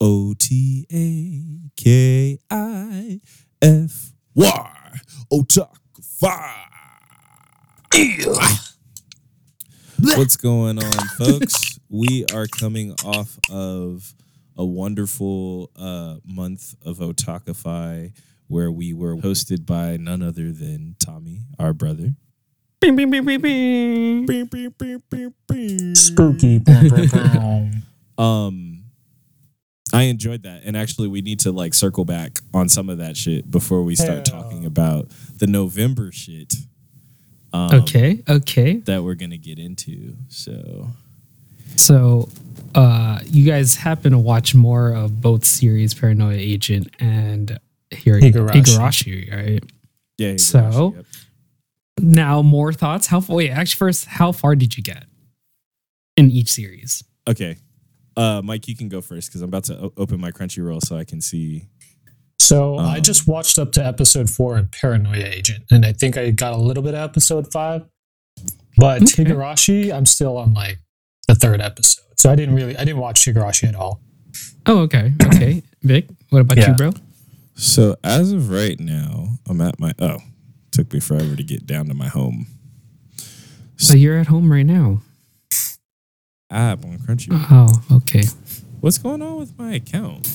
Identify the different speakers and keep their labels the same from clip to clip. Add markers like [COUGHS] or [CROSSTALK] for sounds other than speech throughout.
Speaker 1: O T A K I F Y. Otakify. What's going on, folks? We are coming off of a wonderful uh, month of Otakify where we were hosted by none other than Tommy, our brother.
Speaker 2: Bing, bing, bing, bing, bing.
Speaker 3: Spooky.
Speaker 1: Um, I enjoyed that, and actually, we need to like circle back on some of that shit before we start
Speaker 3: Yeah.
Speaker 1: talking about the November shit. Um,
Speaker 2: Okay, okay.
Speaker 1: that we're gonna get into. So
Speaker 2: So, uh, you guys happen to watch more of both series, Paranoia Agent and Hir-
Speaker 3: Higurashi.
Speaker 2: Higurashi. right?
Speaker 1: yeah, yeah,
Speaker 2: So-
Speaker 1: yep.
Speaker 2: Now, more thoughts. How wait? Actually, first, how far did you get in each series?
Speaker 1: okay, uh, Mike, you can go first because I'm about to o- open my Crunchyroll so I can see.
Speaker 3: [LAUGHS] So I
Speaker 1: Um,
Speaker 3: just watched up to episode four in Paranoia Agent, and I think I got a little bit of episode five. But
Speaker 2: Okay.
Speaker 3: Higurashi, I'm still on like the third episode. So I didn't really I didn't watch Higurashi at all.
Speaker 2: Oh, okay, okay. Vic, what about
Speaker 3: Yeah.
Speaker 2: you, bro?
Speaker 1: So as of right now, I'm at my oh, took me forever to get down to my home.
Speaker 2: So you're at home right now.
Speaker 1: app on Crunchyroll.
Speaker 2: Oh, okay.
Speaker 1: What's going on with my account?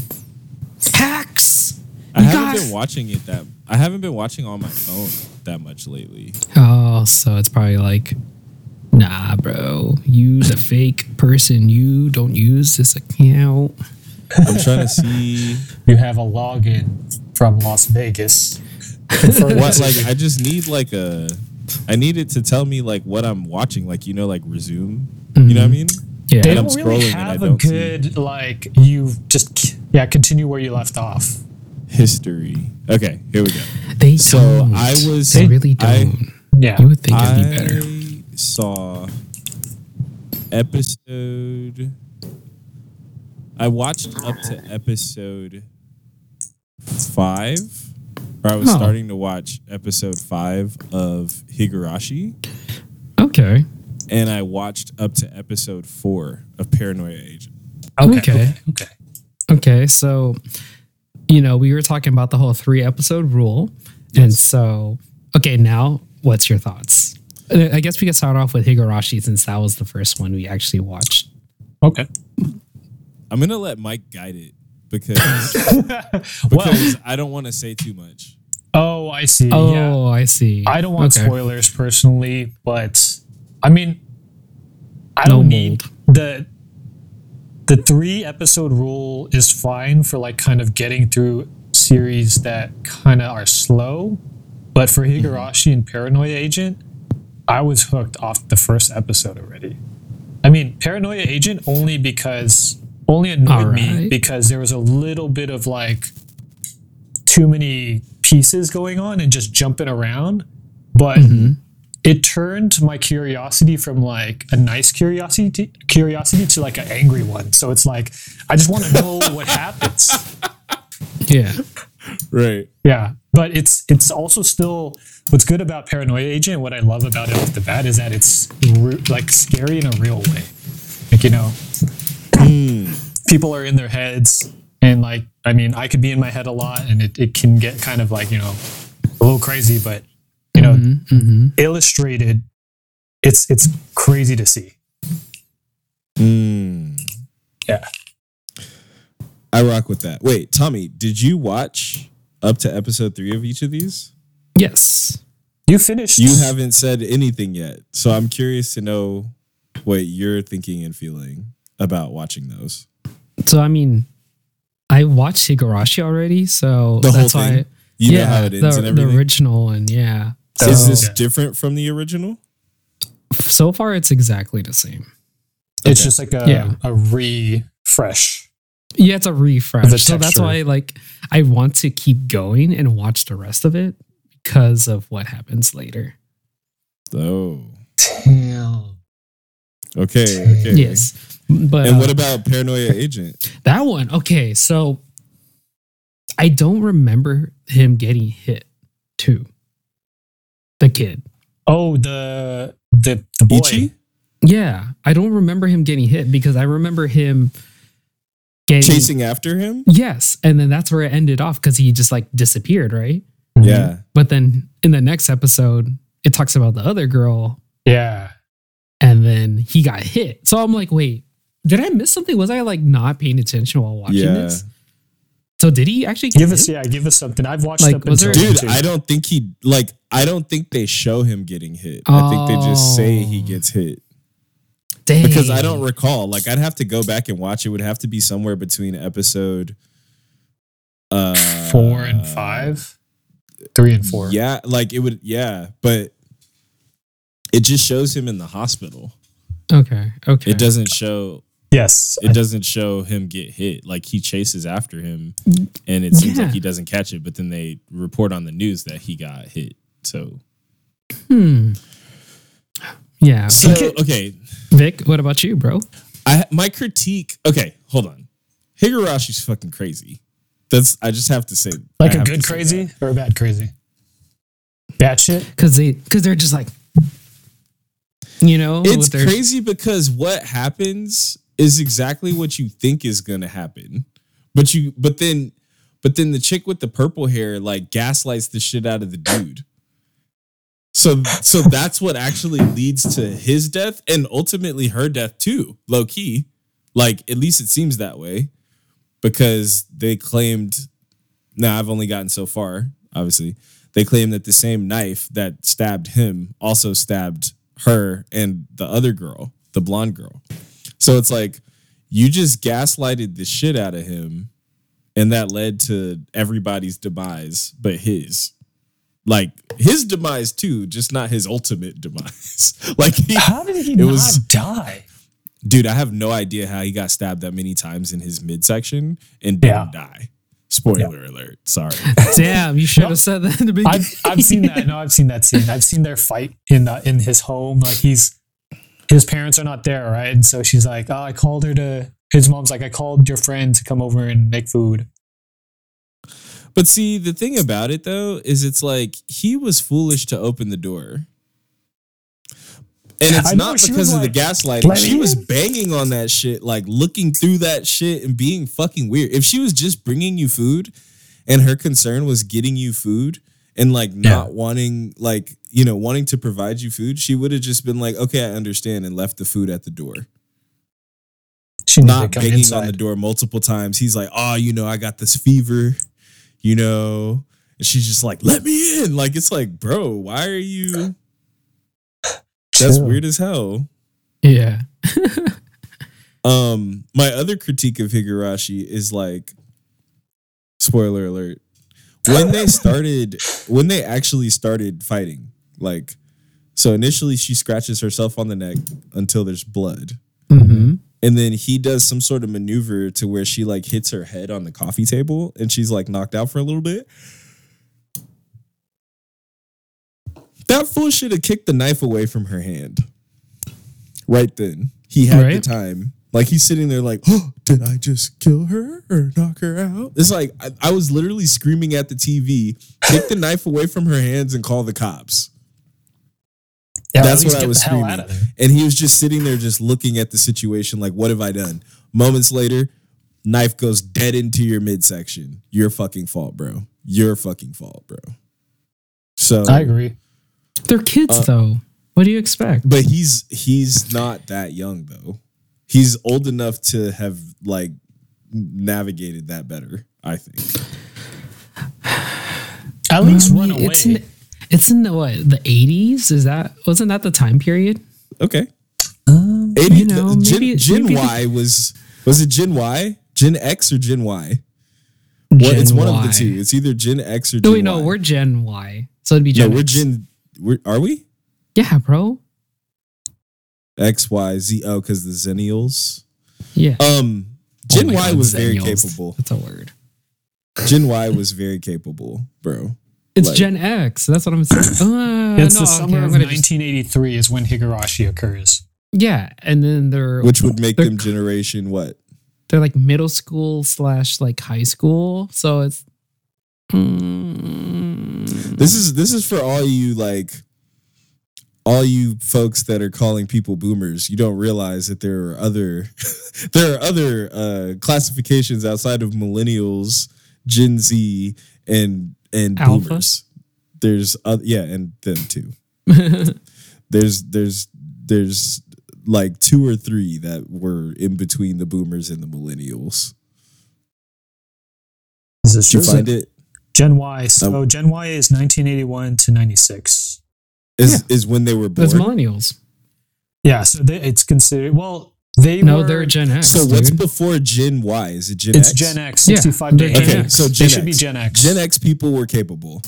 Speaker 2: Hacks.
Speaker 1: I
Speaker 2: You
Speaker 1: haven't
Speaker 2: guys-
Speaker 1: been watching it that I haven't been watching on my phone that much lately.
Speaker 2: Oh, so it's probably like, nah, bro. You's a fake person. You don't use this account.
Speaker 1: I'm trying to
Speaker 2: [LAUGHS]
Speaker 1: see
Speaker 3: You have a login from Las Vegas. Confirm
Speaker 1: what
Speaker 3: this.
Speaker 1: like I just need like a I need it to tell me like what I'm watching, like you know, like resume. You know
Speaker 2: Mm-hmm.
Speaker 1: what I mean?
Speaker 2: Yeah.
Speaker 3: they
Speaker 1: I'm
Speaker 3: don't really
Speaker 1: scrolling and I
Speaker 3: have a
Speaker 1: don't see-
Speaker 3: good like you just yeah continue where you left off.
Speaker 1: History. Okay, here we go.
Speaker 2: They
Speaker 1: So,
Speaker 2: don't.
Speaker 1: I was-
Speaker 2: They really
Speaker 1: I-
Speaker 2: don't.
Speaker 3: Yeah,
Speaker 2: you would think it'd be better.
Speaker 1: I saw episode. I watched up to episode five, or I was
Speaker 2: Huh.
Speaker 1: starting to watch episode five of Higurashi,
Speaker 2: Okay.
Speaker 1: and I watched up to episode four of Paranoia Agent.
Speaker 2: Okay.
Speaker 3: okay, okay.
Speaker 2: Okay. So, you know, we were talking about the whole three episode rule. And so, okay, now what's your thoughts? Uh, I guess we could start off with Higurashi since that was the first one we actually watched.
Speaker 3: okay.
Speaker 1: I'm gonna let Mike guide it [LAUGHS] because because I don't want to say too much.
Speaker 3: Oh, I see.
Speaker 2: Oh,
Speaker 3: yeah.
Speaker 2: I see.
Speaker 3: I don't want
Speaker 2: Okay.
Speaker 3: spoilers personally, but I mean, I
Speaker 2: No
Speaker 3: don't need the the three episode rule is fine for like kind of getting through series that kind of are slow, but for
Speaker 2: Mm-hmm.
Speaker 3: Higurashi and Paranoia Agent, I was hooked off the first episode already. I mean, Paranoia Agent only because only annoyed me
Speaker 2: Alright.
Speaker 3: because there was a little bit of like too many pieces going on and just jumping around, but it turned my curiosity from like a nice curiosity curiosity to like an angry one. So it's like I just want to know what happens.
Speaker 2: Yeah.
Speaker 1: Right.
Speaker 3: Yeah, but it's it's also still what's good about Paranoia Agent. What I love about it off the bat is that it's re- like scary in a real way. Like you know,
Speaker 1: Hmm.
Speaker 3: people are in their heads, and like I mean, I could be in my head a lot, and it, it can get kind of like you know a little crazy, but you know,
Speaker 2: Mm-hmm.
Speaker 3: illustrated, it's it's crazy to see.
Speaker 1: Mm.
Speaker 3: Yeah.
Speaker 1: I rock with that. Wait, Tommy, did you watch up to episode three of each of these?
Speaker 2: Yes.
Speaker 3: You finished.
Speaker 1: You haven't said anything yet. So I'm curious to know what you're thinking and feeling about watching those.
Speaker 2: So I mean, I watched Higurashi already, so
Speaker 1: The whole
Speaker 2: that's why.
Speaker 1: thing? You know how it ends
Speaker 2: the,
Speaker 1: and
Speaker 2: the
Speaker 1: everything.
Speaker 2: original one, yeah. So,
Speaker 1: Is this
Speaker 3: Yeah.
Speaker 1: different from the original?
Speaker 2: so far, it's exactly the same.
Speaker 3: It's
Speaker 1: Okay.
Speaker 3: just like a
Speaker 2: Yeah.
Speaker 3: a refresh.
Speaker 2: Yeah, it's a
Speaker 3: The
Speaker 2: refresh. So that's
Speaker 3: texture.
Speaker 2: why, like, I want to keep going and watch the rest of it because of what happens later.
Speaker 1: Oh.
Speaker 3: Damn.
Speaker 1: Okay. Okay.
Speaker 2: Yes, but
Speaker 1: And
Speaker 2: uh,
Speaker 1: what about Paranoia
Speaker 2: [LAUGHS]
Speaker 1: Agent?
Speaker 2: that one? Okay, so I don't remember him getting hit too. The kid.
Speaker 3: Oh, the the the boy.
Speaker 1: Ichi?
Speaker 2: Yeah, I don't remember him getting hit because I remember him And-
Speaker 1: chasing after him.
Speaker 2: Yes, and then that's where it ended off because he just like disappeared, right?
Speaker 3: Mm-hmm.
Speaker 1: Yeah,
Speaker 2: But then in the next episode, it talks about the other girl
Speaker 3: Yeah.
Speaker 2: and then he got hit. So I'm like, wait, did I miss something? Was I like not paying attention while watching
Speaker 1: Yeah.
Speaker 2: this? So did he actually get
Speaker 3: Give
Speaker 2: hit?
Speaker 3: us yeah, give us something. I've watched
Speaker 2: Like,
Speaker 3: up
Speaker 2: was there-
Speaker 3: until
Speaker 1: dude,
Speaker 3: two.
Speaker 1: I don't think he like. I don't think they show him getting hit. I think they just say he
Speaker 2: Oh.
Speaker 1: gets hit
Speaker 2: Dang.
Speaker 1: because I don't recall. Like, I'd have to go back and watch. It would have to be somewhere between episode uh,
Speaker 3: four and five, three and four.
Speaker 1: Yeah, like it would. Yeah, but it just shows him in the hospital.
Speaker 2: Okay. Okay.
Speaker 1: It doesn't show.
Speaker 3: Yes.
Speaker 1: It doesn't show him get hit. Like he chases after him,
Speaker 3: Mm,
Speaker 1: and it seems
Speaker 2: Yeah.
Speaker 1: like he doesn't catch it. But then they report on the news that he got hit. So,
Speaker 2: Hmm. Yeah.
Speaker 1: so okay.
Speaker 2: Vic, what about you, bro?
Speaker 1: I my critique. Okay, hold on. Higarashi's fucking crazy. That's I just have to say.
Speaker 3: Like
Speaker 1: I
Speaker 3: a
Speaker 1: have
Speaker 3: good
Speaker 1: to say
Speaker 3: crazy
Speaker 1: that.
Speaker 3: or a bad crazy? Bad shit?
Speaker 2: Because they because they're just like, you know,
Speaker 1: It's
Speaker 2: with their-
Speaker 1: crazy because what happens is exactly what you think is going to happen, but you but then but then the chick with the purple hair like gaslights the shit out of the dude. So so that's what actually leads to his death and ultimately her death too, low key. Like at least it seems that way because they claimed now I've only gotten so far, obviously. They claim that the same knife that stabbed him also stabbed her and the other girl, the blonde girl. So it's like you just gaslighted the shit out of him and that led to everybody's demise but his. Like his demise too, just not his ultimate demise. [LAUGHS] like he,
Speaker 3: How did he
Speaker 1: It
Speaker 3: not
Speaker 1: was-
Speaker 3: die?
Speaker 1: dude, I have no idea how he got stabbed that many times in his midsection and
Speaker 3: Yeah.
Speaker 1: didn't die. Spoiler alert. Sorry.
Speaker 2: damn. You should have said that in the beginning.
Speaker 3: I've, I've seen that. No, I've seen that scene. I've seen their fight in the, in his home. Like he's his parents are not there, right? And so she's like, oh, I called her to. His mom's like, I called your friend to come over and make food.
Speaker 1: But see, the thing about it though is it's like he was foolish to open the door. And it's
Speaker 3: I know,
Speaker 1: not
Speaker 3: she
Speaker 1: because
Speaker 3: was
Speaker 1: of the
Speaker 3: like,
Speaker 1: gaslighting.
Speaker 3: "Let
Speaker 1: She
Speaker 3: me
Speaker 1: was
Speaker 3: in."
Speaker 1: banging on that shit, like looking through that shit and being fucking weird. If she was just bringing you food and her concern was getting you food and like not wanting, like, you know, wanting to provide you food, she would have just been like, okay, I understand and left the food at the door
Speaker 3: She needed to
Speaker 1: not
Speaker 3: come
Speaker 1: banging on the
Speaker 3: inside.
Speaker 1: door multiple times. He's like, "Oh, you know, I got this fever, you know," and she's just like, "Let me in!" Like it's like, bro, why are you? That's
Speaker 3: Chill.
Speaker 1: weird as hell.
Speaker 2: [LAUGHS] yeah.
Speaker 1: Um, my other critique of Higurashi is like, spoiler alert, when
Speaker 3: [LAUGHS]
Speaker 1: they started, when they actually started fighting, like, so initially she scratches herself on the neck until there's blood.
Speaker 2: Mm-hmm.
Speaker 1: And then he does some sort of maneuver to where she like hits her head on the coffee table and she's like knocked out for a little bit. That fool should have kicked the knife away from her hand. Right then. He had
Speaker 2: Right.
Speaker 1: the time. Like he's sitting there like, oh, did I just kill her or knock her out? It's like I, I was literally screaming at the TV, take the knife away from her hands and call the cops.
Speaker 3: Yeah,
Speaker 1: That's
Speaker 3: at
Speaker 1: what
Speaker 3: least
Speaker 1: I
Speaker 3: get
Speaker 1: was
Speaker 3: the hell
Speaker 1: screaming.
Speaker 3: out of there.
Speaker 1: And he was just sitting there, just looking at the situation, like, what have I done? Moments later, knife goes dead into your midsection. Your fucking fault, bro. Your fucking fault, bro. So,
Speaker 3: I agree.
Speaker 2: They're kids
Speaker 1: Uh,
Speaker 2: though. What do you expect?
Speaker 1: but he's he's not that young though. He's old enough to have like navigated that better. I think.
Speaker 3: At least
Speaker 2: Um,
Speaker 3: run away.
Speaker 2: It's in, it's in the what the eighties? Is that wasn't that the time period?
Speaker 1: Okay. uh,
Speaker 3: Um,
Speaker 1: 80,
Speaker 2: You know,
Speaker 1: Gen,
Speaker 2: maybe-
Speaker 1: Gen
Speaker 2: maybe the-
Speaker 1: Y was was it Gen Y, Gen X, or Gen Y? What, it's
Speaker 2: Gen
Speaker 1: one of the
Speaker 2: Y.
Speaker 1: two. It's either Gen X or Gen
Speaker 2: No, wait, no,
Speaker 1: Y.
Speaker 2: we're Gen Y, so it'd be Gen.
Speaker 1: no, we're
Speaker 2: X.
Speaker 1: Gen. We're, are we
Speaker 2: Yeah, bro.
Speaker 1: X Y Z? Oh, because the Zennials.
Speaker 2: Yeah.
Speaker 1: Um, Gen
Speaker 2: Oh my
Speaker 1: Y
Speaker 2: God,
Speaker 1: was very
Speaker 2: Xennials.
Speaker 1: capable.
Speaker 2: That's a word.
Speaker 1: Gen Y was very capable, bro.
Speaker 2: It's
Speaker 1: Like-
Speaker 2: Gen X. That's what I'm saying.
Speaker 1: [COUGHS]
Speaker 2: Uh,
Speaker 3: it's
Speaker 2: no,
Speaker 3: the
Speaker 2: okay,
Speaker 3: summer
Speaker 2: I'm
Speaker 3: of
Speaker 2: gonna just-
Speaker 3: 1983 is when Higurashi occurs.
Speaker 2: yeah, and then they're
Speaker 1: Which would make
Speaker 2: they're- Mm-hmm.
Speaker 1: them generation what?
Speaker 2: they're like middle school slash like high school. So it's. Mm,
Speaker 1: Hmm. This is this is for all you like all you folks that are calling people boomers, you don't realize that there are other [LAUGHS] there are other uh, classifications outside of millennials, Gen Z, and and
Speaker 2: Alpha?
Speaker 1: boomers. There's uh, yeah, and them too. there's there's there's like two or three that were in between the boomers and the millennials.
Speaker 3: This is
Speaker 1: Did you
Speaker 3: just
Speaker 1: find it?
Speaker 3: Gen Y. So
Speaker 1: Oh.
Speaker 3: Gen Y is 1981 to 96.
Speaker 1: Is is when they were born.
Speaker 2: That's millennials.
Speaker 3: Yeah, so they, it's considered. Well, they
Speaker 2: No,
Speaker 3: were-
Speaker 2: they're Gen X.
Speaker 1: so what's
Speaker 2: dude.
Speaker 1: before Gen Y? Is it Gen
Speaker 3: It's
Speaker 1: X?
Speaker 3: Gen X.
Speaker 2: Yeah,
Speaker 3: 65
Speaker 2: they're
Speaker 3: to
Speaker 2: Gen
Speaker 3: Gen
Speaker 1: Okay,
Speaker 2: X.
Speaker 1: so Gen
Speaker 3: they should
Speaker 1: X.
Speaker 3: be Gen X.
Speaker 1: Gen X people were capable.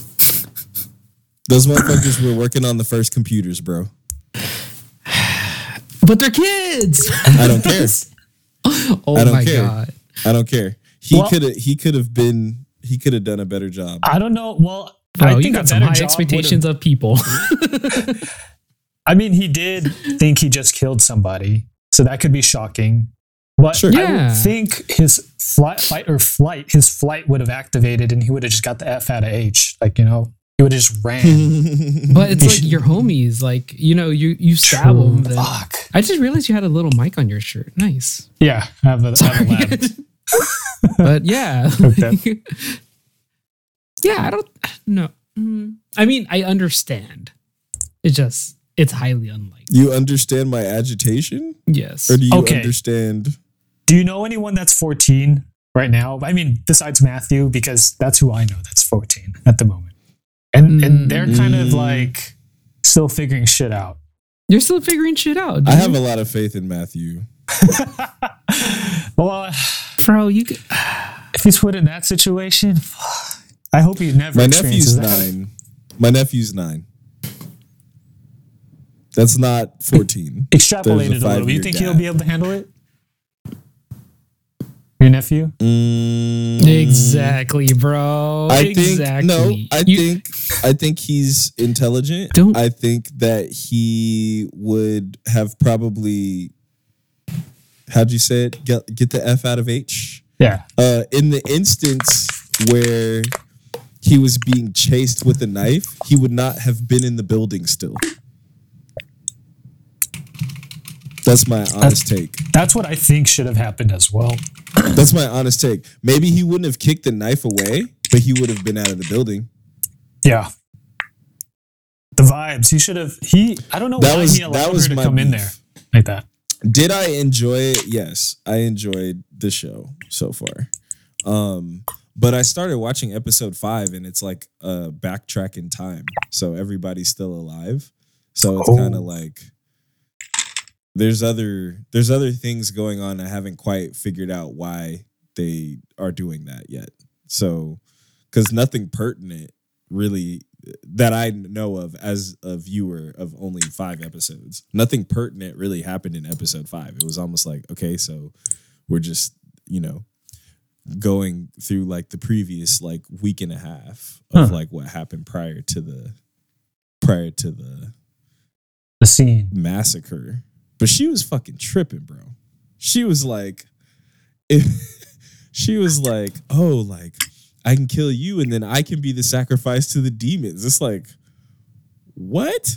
Speaker 1: Those motherfuckers were working on the first computers, bro.
Speaker 2: but they're kids.
Speaker 1: [LAUGHS] I don't
Speaker 3: [LAUGHS]
Speaker 1: care.
Speaker 2: oh
Speaker 1: I don't
Speaker 2: my
Speaker 1: care.
Speaker 2: god.
Speaker 1: I don't care. He
Speaker 3: Well-
Speaker 1: could have. He could have been. He could have done a better job.
Speaker 3: I don't know. Well, I
Speaker 2: Bro,
Speaker 3: think
Speaker 2: you
Speaker 3: a
Speaker 2: got some
Speaker 3: better
Speaker 2: high
Speaker 3: job
Speaker 2: expectations
Speaker 3: would've-
Speaker 2: of
Speaker 3: [LAUGHS]
Speaker 2: people.
Speaker 3: I mean, he did think he just killed somebody, so that could be shocking. But
Speaker 1: Sure.
Speaker 3: I
Speaker 2: Yeah.
Speaker 3: would think his flight, fight or flight, his flight would have activated, and he would have just got the F out of H. Like you know, he would have just
Speaker 1: Mm-hmm.
Speaker 3: ran.
Speaker 2: but it's like your homies, like you know, you you stab
Speaker 3: True.
Speaker 2: them. then-
Speaker 3: Fuck.
Speaker 2: I just realized you had a little mic on your shirt. Nice.
Speaker 3: Yeah, I have a, I have a lab.
Speaker 1: [LAUGHS]
Speaker 2: [LAUGHS] but yeah.
Speaker 3: Okay.
Speaker 2: [LAUGHS] yeah, I don't no. Mm. I mean, I understand. It just it's highly unlikely.
Speaker 1: [LAUGHS] you understand my agitation,
Speaker 2: Yes.
Speaker 1: or do you
Speaker 3: Okay.
Speaker 1: understand?
Speaker 3: Do you know anyone that's 14 right now? I mean, besides Matthew, because that's who I know that's 14 at the moment. And and they're kind of
Speaker 1: Mm.
Speaker 3: like still figuring shit out.
Speaker 2: You're still figuring shit out. Dude.
Speaker 1: I have a lot of faith in Matthew.
Speaker 3: well,
Speaker 2: bro. You could,
Speaker 3: if he's put in that situation, I hope he never
Speaker 1: My
Speaker 3: experiences
Speaker 1: nephew's
Speaker 3: that.
Speaker 1: nine. My nephew's nine. That's not
Speaker 2: [LAUGHS]
Speaker 1: fourteen.
Speaker 3: Extrapolate
Speaker 1: There's
Speaker 3: it
Speaker 1: a
Speaker 3: a little. bit. You
Speaker 1: five-year
Speaker 3: think he'll
Speaker 1: gap.
Speaker 3: be able to handle it? Your nephew?
Speaker 1: Mm.
Speaker 2: exactly, bro.
Speaker 1: I
Speaker 2: exactly.
Speaker 1: think no. I
Speaker 2: You-
Speaker 1: think I think he's intelligent.
Speaker 2: Don't-
Speaker 1: I think that he would have probably. How'd you say it? Get get the f out of h.
Speaker 3: Yeah.
Speaker 1: Uh, in the instance where he was being chased with a knife, he would not have been in the building still. That's my honest take.
Speaker 3: That's what I think should have happened as well.
Speaker 1: That's my honest take. Maybe he wouldn't have kicked the knife away, but he would have been out of the building.
Speaker 3: Yeah. The vibes. He should have. He. I don't know
Speaker 1: That
Speaker 3: why
Speaker 1: was-
Speaker 3: he allowed
Speaker 1: that was
Speaker 3: her to
Speaker 1: my
Speaker 3: come in
Speaker 1: beef.
Speaker 3: there like that.
Speaker 1: Did I enjoy it? Yes, I enjoyed the show so far. Um, but I started watching episode five, and it's like a backtrack in time, so everybody's still alive. So it's
Speaker 3: Oh.
Speaker 1: kind of like there's other there's other things going on. I haven't quite figured out why they are doing that yet. So because nothing pertinent really that I know of as a viewer of only five episodes. Nothing pertinent really happened in episode five. It was almost like, okay, so we're just, you know, going through like the previous like week and a half of
Speaker 3: Huh.
Speaker 1: like what happened prior to the prior to the
Speaker 3: The scene.
Speaker 1: massacre. But she was fucking tripping, bro. She was like, [LAUGHS] if, she was like, oh, like I can kill you and then I can be the sacrifice to the demons. It's like, what?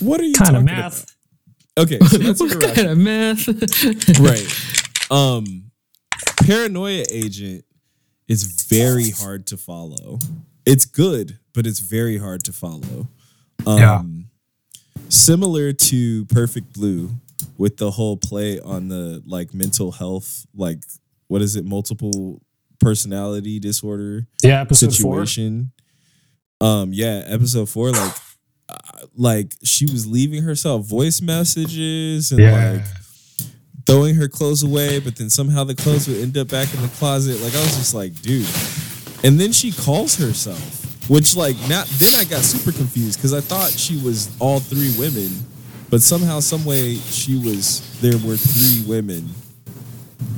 Speaker 1: what are you
Speaker 3: Kind of
Speaker 1: talking
Speaker 3: math.
Speaker 1: About? Okay, so that's
Speaker 2: [LAUGHS] what
Speaker 1: irrational
Speaker 2: kind of math?
Speaker 1: right. Um, paranoia agent is very hard to follow. It's good, but it's very hard to follow. Um,
Speaker 3: Yeah.
Speaker 1: Similar to Perfect Blue, with the whole play on the like mental health, like what is it, multiple personality disorder
Speaker 3: Yeah. Episode
Speaker 1: situation. Um, yeah, episode four,
Speaker 3: [SIGHS]
Speaker 1: like, uh, like she was leaving herself voice messages and
Speaker 3: four. Yeah.
Speaker 1: like throwing her clothes away, but then somehow the clothes would end up back in the closet. Like I was just like, dude. And then she calls herself, which like now then I got super confused because I thought she was all three women, but somehow, some way she was there were three women.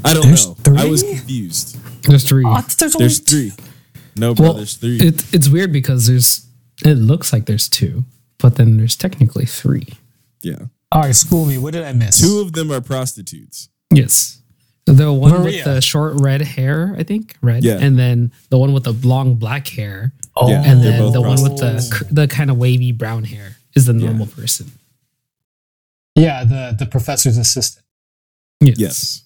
Speaker 1: I don't
Speaker 3: There's
Speaker 1: know. I was
Speaker 3: three?
Speaker 1: confused.
Speaker 2: [LAUGHS] There's three.
Speaker 3: Ah, there's
Speaker 1: There's three. No, bro,
Speaker 2: well,
Speaker 1: there's three.
Speaker 2: It, it's weird because there's it looks like there's two, but then there's technically three.
Speaker 1: yeah.
Speaker 3: All right. School me. What did I miss?
Speaker 1: Two of them are prostitutes.
Speaker 2: Yes. The one
Speaker 3: Maria.
Speaker 2: with the short red hair, I think, red,
Speaker 1: Yeah.
Speaker 2: and then the one with the long black hair,
Speaker 3: Oh.
Speaker 1: Yeah,
Speaker 2: and
Speaker 1: they're
Speaker 2: then
Speaker 1: both
Speaker 2: the one with
Speaker 3: prostitutes.
Speaker 2: the cr- the kind of wavy brown hair. is the normal person.
Speaker 3: Yeah, the the professor's assistant.
Speaker 2: Yes.
Speaker 1: Yes.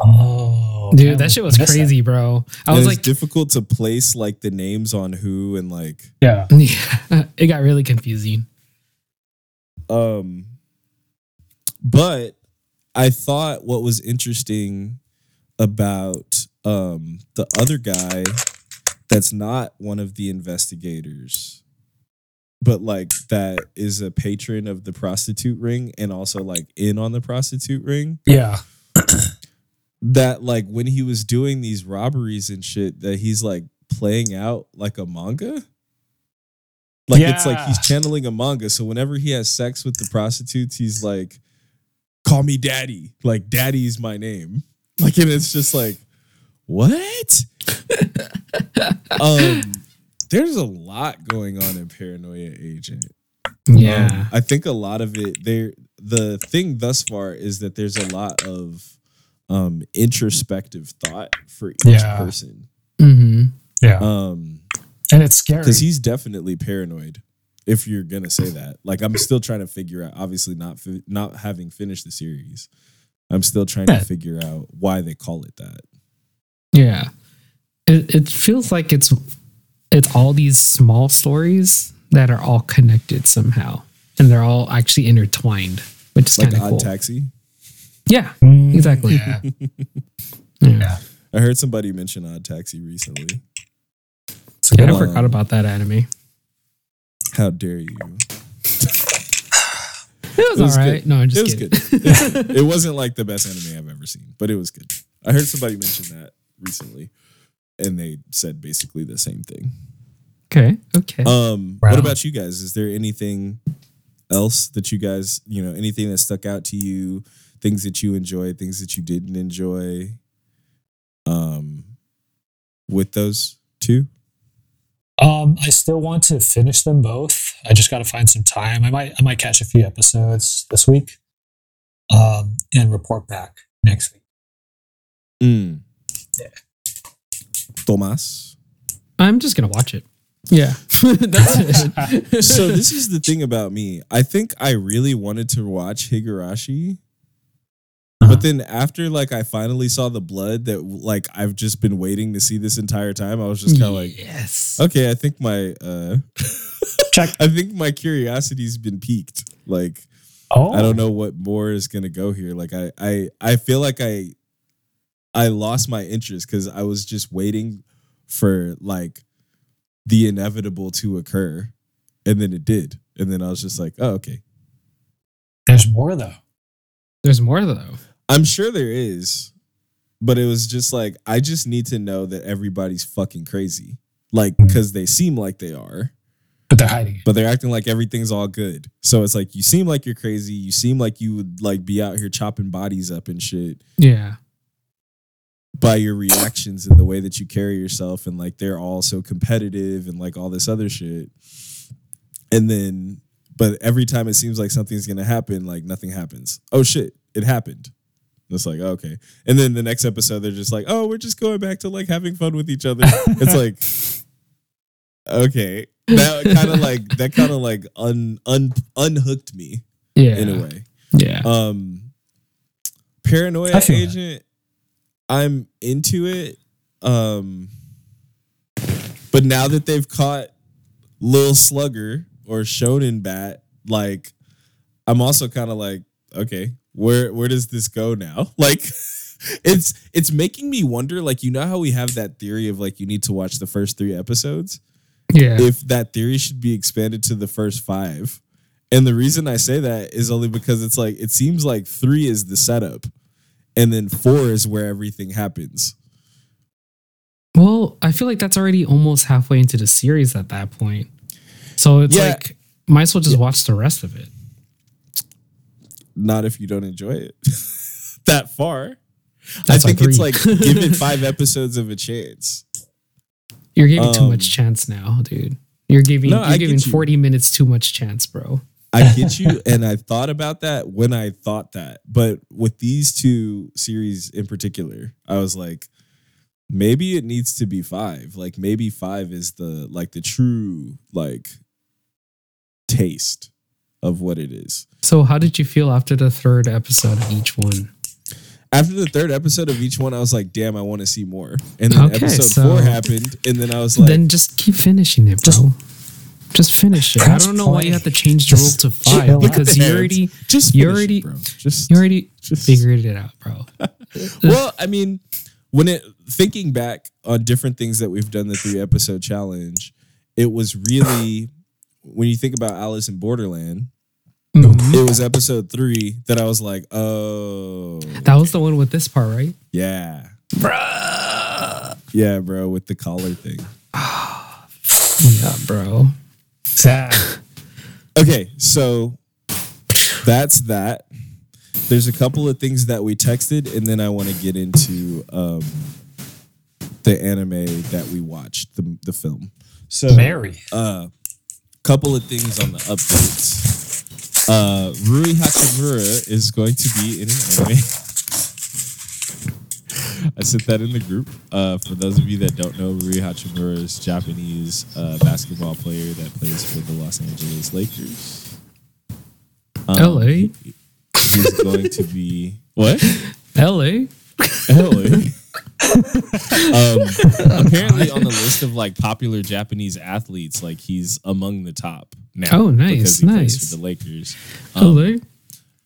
Speaker 3: Oh,
Speaker 2: Dude, that shit was crazy, bro. I
Speaker 1: And
Speaker 2: was
Speaker 1: it's
Speaker 2: like,
Speaker 1: difficult to place like the names on who and like
Speaker 3: Yeah,
Speaker 2: [LAUGHS] yeah, it got really confusing.
Speaker 1: Um, but I thought what was interesting about um, the other guy that's not one of the investigators, but like that is a patron of the prostitute ring and also like in on the prostitute ring.
Speaker 3: yeah,
Speaker 1: That like when he was doing these robberies and shit, that he's like playing out like a manga. Like it's like he's
Speaker 3: Yeah.
Speaker 1: channeling a manga. So whenever he has sex with the prostitutes, he's like, "Call me daddy." Like daddy's my name. [LAUGHS] Like and it's just like, what? um, there's a lot going on in Paranoia Agent.
Speaker 2: Yeah.
Speaker 1: Um, I think a lot of it there. The thing thus far is that there's a lot of um introspective thought for each
Speaker 3: Yeah.
Speaker 1: person.
Speaker 2: hmm
Speaker 3: yeah,
Speaker 1: Um
Speaker 3: and it's scary.
Speaker 1: because he's definitely paranoid. If you're gonna say that, like I'm still trying to figure out. Obviously, not fi- not having finished the series, I'm still trying to
Speaker 3: Yeah.
Speaker 1: figure out why they call it that.
Speaker 2: Yeah. It, it feels like it's it's all these small stories that are all connected somehow. And they're all actually intertwined, which is
Speaker 1: Like
Speaker 2: kind of
Speaker 1: Odd
Speaker 2: cool.
Speaker 1: Taxi.
Speaker 2: Yeah.
Speaker 3: Mm,
Speaker 2: Exactly.
Speaker 3: Yeah.
Speaker 2: Yeah.
Speaker 1: I heard somebody mention Odd Taxi recently.
Speaker 3: It's a
Speaker 2: Yeah,
Speaker 3: good
Speaker 2: I
Speaker 1: one.
Speaker 2: forgot about that anime.
Speaker 1: How dare you?
Speaker 2: It was,
Speaker 1: It was
Speaker 2: all right.
Speaker 1: good.
Speaker 2: No, I'm just
Speaker 1: It was
Speaker 2: kidding.
Speaker 1: good. It was
Speaker 2: [LAUGHS]
Speaker 1: good. It wasn't like the best anime I've ever seen, but it was good. I heard somebody mention that recently, and they said basically the same thing.
Speaker 2: Okay. Okay.
Speaker 1: Um,
Speaker 3: Wow.
Speaker 1: What about you guys? Is there anything else that you guys, you know, anything that stuck out to you? Things that you enjoyed, things that you didn't enjoy. Um, with those two,
Speaker 3: Um, I still want to finish them both. I just got to find some time. I might I might catch a few episodes this week, um, and report back next week.
Speaker 1: mm. Tomas.
Speaker 2: I'm just gonna
Speaker 1: [LAUGHS]
Speaker 2: watch it. Yeah. That's it.
Speaker 3: [LAUGHS]
Speaker 1: So this is the thing about me. I think I really wanted to watch Higurashi.
Speaker 3: Uh-huh.
Speaker 1: But then after like I finally saw the blood that like I've just been waiting to see this entire time, I was just kind of like,
Speaker 2: yes.
Speaker 1: okay, I think my uh [LAUGHS]
Speaker 3: Check.
Speaker 1: I think my curiosity's been piqued. Like
Speaker 3: Oh,
Speaker 1: I don't know what more is gonna go here. Like I I I feel like I I lost my interest because I was just waiting for like the inevitable to occur, and then it did, and then I was just like, oh okay.
Speaker 3: There's more though.
Speaker 2: There's more though.
Speaker 1: I'm sure there is, but it was just like I just need to know that everybody's fucking crazy, like because they seem like they are.
Speaker 3: But they're hiding it.
Speaker 1: but they're acting like everything's all good. So it's like you seem like you're crazy. You seem like you would like be out here chopping bodies up and shit
Speaker 2: Yeah.
Speaker 1: by your reactions and the way that you carry yourself and like they're all so competitive and like all this other shit. And then but every time it seems like something's going to happen, like nothing happens. Oh shit, it happened. And It's like oh, okay, and then the next episode they're just like, "Oh, we're just going back to like having fun with each other." It's like, okay, that kind of like that kind of like un un unhooked me
Speaker 2: Yeah.
Speaker 1: in a way.
Speaker 2: Yeah.
Speaker 1: Um, paranoia
Speaker 3: I feel that.
Speaker 1: agent. I'm into it. Um, but now that they've caught Lil Slugger or Shonen Bat, like I'm also kind of like, okay, where where does this go now? [LAUGHS] Like. It's it's making me wonder like you know how we have that theory of like you need to watch the first 3 episodes
Speaker 2: yeah.
Speaker 1: if that theory should be expanded to the first five. And the reason I say that is only because it's like it seems like three is the setup, and then four is where everything happens.
Speaker 2: Well, I feel like that's already almost halfway into the series at that point. So it's
Speaker 1: Yeah.
Speaker 2: like might as well just watch the rest of it.
Speaker 1: Not if you don't enjoy it [LAUGHS] that far.
Speaker 2: That's
Speaker 1: I think it's
Speaker 2: like
Speaker 1: like
Speaker 2: three.
Speaker 1: give
Speaker 2: [LAUGHS]
Speaker 1: it five episodes of a chance.
Speaker 2: You're giving too
Speaker 1: Um,
Speaker 2: much chance now, dude. You're giving
Speaker 1: No, I
Speaker 2: you're
Speaker 1: get
Speaker 2: giving
Speaker 1: you.
Speaker 2: 40 minutes too much chance, bro.
Speaker 1: I get you, [LAUGHS] and I thought about that when I thought that. But with these two series in particular, I was like, maybe it needs to be five. Like maybe five is the like the true like taste of what it is.
Speaker 2: So, how did you feel after the third episode of each one?
Speaker 1: After the third episode of each one, I was like, damn, I want to see more. And then
Speaker 2: Okay,
Speaker 1: episode
Speaker 2: so-
Speaker 1: four happened, and then I was like,
Speaker 2: then just keep finishing it, bro.
Speaker 3: Just-
Speaker 2: Just, finish it. I
Speaker 3: Press
Speaker 2: don't know why
Speaker 3: play.
Speaker 2: you have to change the rule
Speaker 3: Just
Speaker 2: to five
Speaker 3: chill
Speaker 2: [LAUGHS]
Speaker 1: [LAUGHS]
Speaker 2: because you
Speaker 1: out.
Speaker 2: already
Speaker 1: Just
Speaker 2: you
Speaker 1: finish it,
Speaker 2: already
Speaker 1: bro. Just-
Speaker 2: you already
Speaker 1: just-
Speaker 2: figured it out, bro.
Speaker 1: well, I mean, when it thinking back on different things that we've done the three episode challenge, it was really when you think about Alice in Borderland,
Speaker 2: Mm.
Speaker 1: it was episode three that I was like, oh
Speaker 2: That was the one with this part, right?
Speaker 1: yeah. Yeah, bro, with the collar thing.
Speaker 2: Oh, Yeah, bro.
Speaker 3: Zach.
Speaker 1: Okay, so that's that. There's a couple of things that we texted, and then I want to get into um, the anime that we watched, the, the film. So,
Speaker 3: Mary.
Speaker 1: couple of things on the updates. Uh, Rui Hachimura is going to be in an anime. [LAUGHS] I sent that in the group. Uh, for those of you that don't know, Rui Hachimura is Japanese uh, basketball player that plays for the Los Angeles Lakers. Um,
Speaker 2: LA.
Speaker 1: He's going to be what?
Speaker 2: LA. [LAUGHS]
Speaker 1: Really? um, apparently, on the list of like popular Japanese athletes, like he's among the top now.
Speaker 2: Oh, nice,
Speaker 1: because he plays
Speaker 2: nice.
Speaker 1: for the Lakers,
Speaker 2: LA.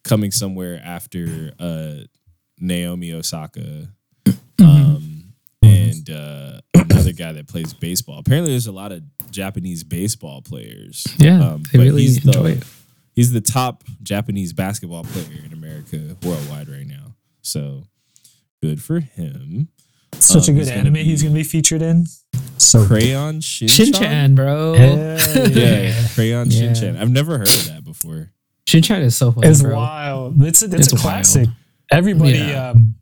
Speaker 1: coming somewhere after uh, Naomi Osaka,
Speaker 2: Mm-hmm.
Speaker 1: um, and uh, another guy that plays baseball. Apparently, there's a lot of Japanese baseball players. Um,
Speaker 2: Yeah, they
Speaker 1: but
Speaker 2: really
Speaker 1: he's the-
Speaker 2: enjoy it.
Speaker 1: He's the top Japanese basketball player in America worldwide right now. So good for him.
Speaker 3: Such
Speaker 1: um,
Speaker 3: a
Speaker 1: he's
Speaker 3: good
Speaker 1: gonna
Speaker 3: anime
Speaker 1: be-
Speaker 3: he's going to be featured in. So
Speaker 1: Crayon Shin
Speaker 2: Shinchan, bro.
Speaker 3: [LAUGHS] Hell yeah.
Speaker 1: Yeah, Crayon
Speaker 2: Yeah.
Speaker 1: Shinchan. I've never heard of that before.
Speaker 2: Shinchan is so funny,
Speaker 3: It's
Speaker 2: bro.
Speaker 3: wild. It's a, it's
Speaker 2: It's
Speaker 3: a classic.
Speaker 2: wild.
Speaker 3: Everybody.
Speaker 2: Yeah.
Speaker 3: Um,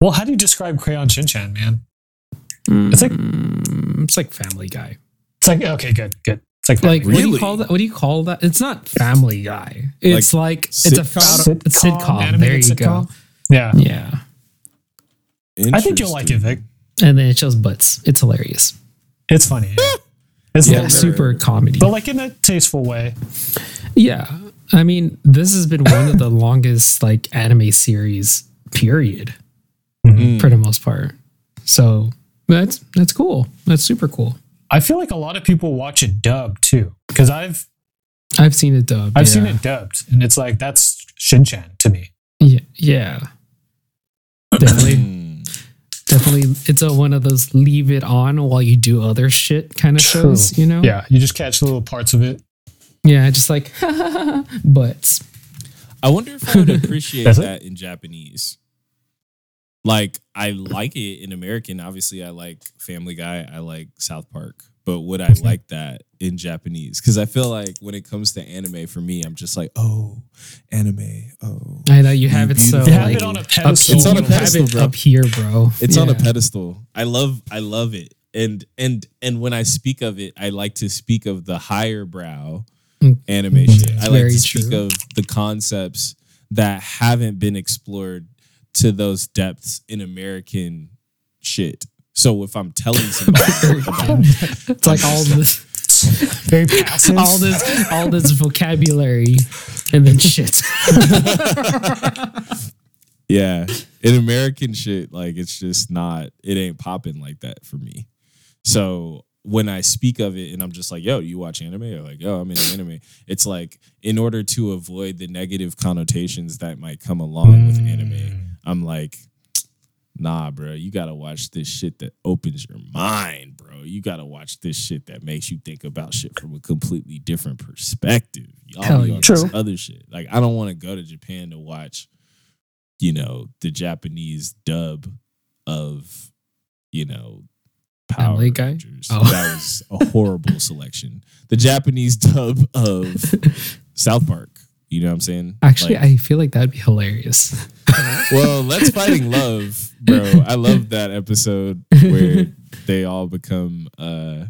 Speaker 3: well, how do you describe Crayon Shinchan, man? It's like
Speaker 2: Mm, It's like Family Guy.
Speaker 3: it's like okay, good, good. It's like
Speaker 2: Like what do
Speaker 1: Really?
Speaker 2: you call that? What do you call that? It's not Family Guy. It's like, it's a
Speaker 1: sitcom?
Speaker 2: found- a sitcom. There you
Speaker 3: animated
Speaker 2: go.
Speaker 3: Yeah,
Speaker 2: Yeah,
Speaker 3: I think you'll like it, Vic.
Speaker 2: and then it shows butts. It's hilarious.
Speaker 3: It's funny. yeah. It's
Speaker 2: Yeah,
Speaker 3: funny,
Speaker 2: super comedy.
Speaker 3: but like in a tasteful way.
Speaker 2: Yeah. I mean, this has been one of the [LAUGHS] longest like anime series period
Speaker 1: Hmm.
Speaker 2: for the most part. So that's that's cool. That's super cool.
Speaker 3: I feel like a lot of people watch it dubbed too, because I've
Speaker 2: I've seen it dubbed.
Speaker 3: I've
Speaker 2: yeah.
Speaker 3: seen it dubbed, and it's like that's Shinchan to me.
Speaker 2: Yeah. yeah. Definitely,
Speaker 1: Mm.
Speaker 2: definitely, it's a, one of those leave it on while you do other shit kind of shows, you know?
Speaker 3: Yeah, you just catch little parts of it.
Speaker 2: yeah, just
Speaker 3: [LAUGHS]
Speaker 2: like butts.
Speaker 1: I wonder if I would appreciate
Speaker 3: That's it?
Speaker 1: that in Japanese. Like I like it in American. Obviously, I like Family Guy. I like South Park. But would I like that in Japanese? Because I feel like when it comes to anime, for me, I'm just like, oh, anime. Oh,
Speaker 2: I know you have it so
Speaker 1: beautiful.
Speaker 3: You have
Speaker 2: like,
Speaker 3: it on a
Speaker 2: up
Speaker 3: pedestal.
Speaker 2: here.
Speaker 1: It's on a
Speaker 2: You have
Speaker 1: pedestal,
Speaker 2: it
Speaker 1: bro.
Speaker 2: up here, bro.
Speaker 1: It's on a
Speaker 2: Yeah.
Speaker 1: pedestal. I love I love it. And and and when I speak of it, I like to speak of the higher brow
Speaker 2: Mm.
Speaker 1: animation. I like
Speaker 2: Very
Speaker 1: to speak
Speaker 2: true.
Speaker 1: of the concepts that haven't been explored to those depths in American shit. So if I'm telling
Speaker 2: [LAUGHS]
Speaker 1: somebody about
Speaker 2: It's like all this.
Speaker 3: Very passive.
Speaker 2: all this all this vocabulary and then shit.
Speaker 1: Yeah. In American shit, like it's just not, it ain't popping like that for me. So when I speak of it and I'm just like, yo, you watch anime? Or like, yo, I'm in anime. It's like, in order to avoid the negative connotations that might come along with anime, I'm like, nah, bro, you gotta watch this shit that opens your mind, bro. You gotta watch this shit that makes you think about shit from a completely different perspective. Y'all
Speaker 2: Hell
Speaker 1: be
Speaker 2: yeah.
Speaker 1: on this
Speaker 3: True.
Speaker 1: other shit. Like, I don't want to go to Japan to watch, you know, the Japanese dub of, you know, Power
Speaker 2: Family Guy?
Speaker 1: Rangers.
Speaker 2: Oh.
Speaker 1: That was a horrible selection. The Japanese dub of
Speaker 2: [LAUGHS]
Speaker 1: South Park. You know what I'm saying?
Speaker 2: Actually,
Speaker 1: Like-
Speaker 2: I feel like that'd be hilarious.
Speaker 1: well, let's fighting love, bro. I love that episode where they all become uh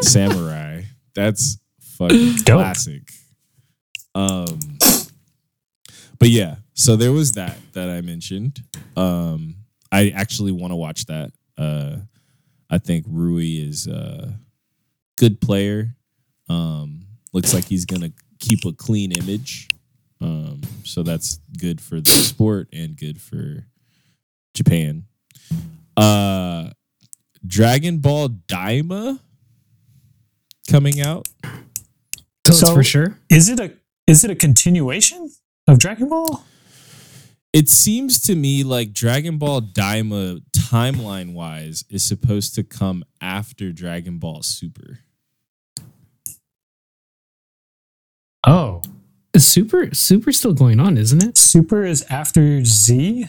Speaker 1: samurai. That's fucking
Speaker 3: Dope.
Speaker 1: classic. Um but yeah, so there was that that I mentioned. Um I actually want to watch that. Uh I think Rui is a good player. Um looks like he's going to keep a clean image. Um, so that's good for the sport and good for Japan. Uh, Dragon Ball Daima coming out.
Speaker 2: That's for sure.
Speaker 3: Is it a is it a continuation of Dragon Ball?
Speaker 1: It seems to me like Dragon Ball Daima timeline wise is supposed to come after Dragon Ball Super.
Speaker 3: Oh,
Speaker 2: Super Super's still going on, isn't it?
Speaker 3: Super is after Z.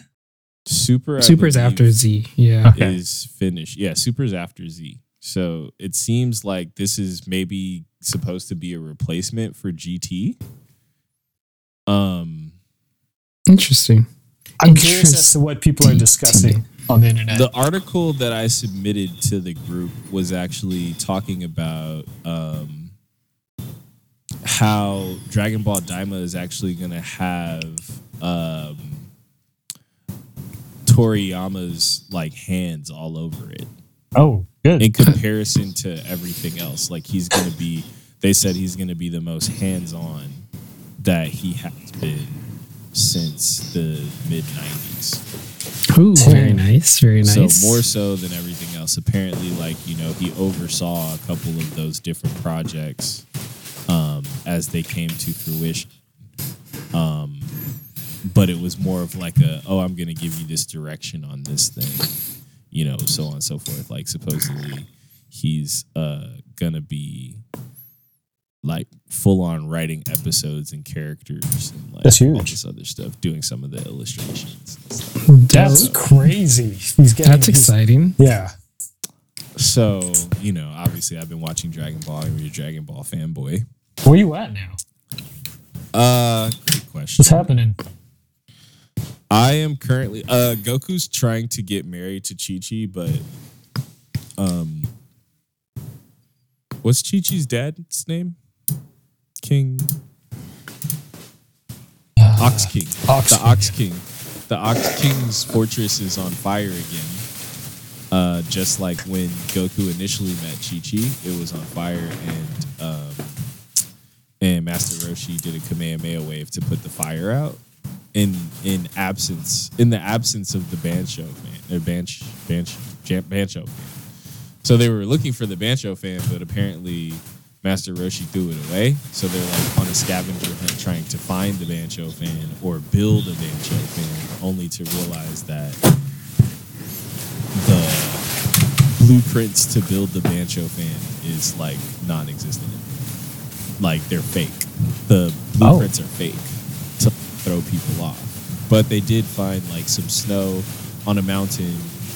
Speaker 1: Super I
Speaker 2: Super's
Speaker 1: believe,
Speaker 2: after Z. Yeah.
Speaker 3: Okay.
Speaker 1: is finished. Yeah, Super's after Z. So it seems like this is maybe supposed to be a replacement for GT. Um
Speaker 2: Interesting.
Speaker 3: I'm curious as to what people are discussing on the internet.
Speaker 1: the article that I submitted to the group was actually talking about um how Dragon Ball Daima is actually going to have um Toriyama's like hands all over it.
Speaker 3: oh, good.
Speaker 1: in comparison to everything else. Like he's going to be, they said he's going to be the most hands on that he has been since the mid 90s.
Speaker 2: Ooh, very nice. Very nice.
Speaker 1: So more so than everything else. Apparently, like, you know, he oversaw a couple of those different projects um, as they came to fruition. Um, but it was more of like a, oh, I'm going to give you this direction on this thing, you know, so on and so forth. Like, supposedly he's uh, going to be like full on writing episodes and characters and like
Speaker 3: That's
Speaker 1: all
Speaker 3: huge.
Speaker 1: this other stuff, doing some of the illustrations and stuff.
Speaker 3: That's crazy. He's getting
Speaker 2: That's
Speaker 3: he's-
Speaker 2: exciting.
Speaker 3: Yeah.
Speaker 1: So, you know, obviously I've been watching Dragon Ball. I'm a Dragon Ball fanboy.
Speaker 3: Where you at now?
Speaker 1: Uh, great question.
Speaker 3: What's happening?
Speaker 1: I am currently uh Goku's trying to get married to Chi Chi, but um what's Chi Chi's dad's name? King Ox King.
Speaker 3: Uh, Ox
Speaker 1: the
Speaker 3: King,
Speaker 1: Ox King. The Ox King's fortress is on fire again. Uh, just like when Goku initially met Chi Chi, it was on fire, and um, and Master Roshi did a Kamehameha wave to put the fire out. In in absence, in the absence of the Bancho fan, or Banch, Banch, Jam, Bancho fan. So they were looking for the Bancho fan, but apparently Master Roshi threw it away. So they're like on a scavenger hunt trying to find the Bancho fan or build a Bancho fan, only to realize that the blueprints to build the Bancho fan is like non existent. Like they're fake. The
Speaker 3: Oh.
Speaker 1: blueprints are fake to throw people off. But they did find like some snow on a mountain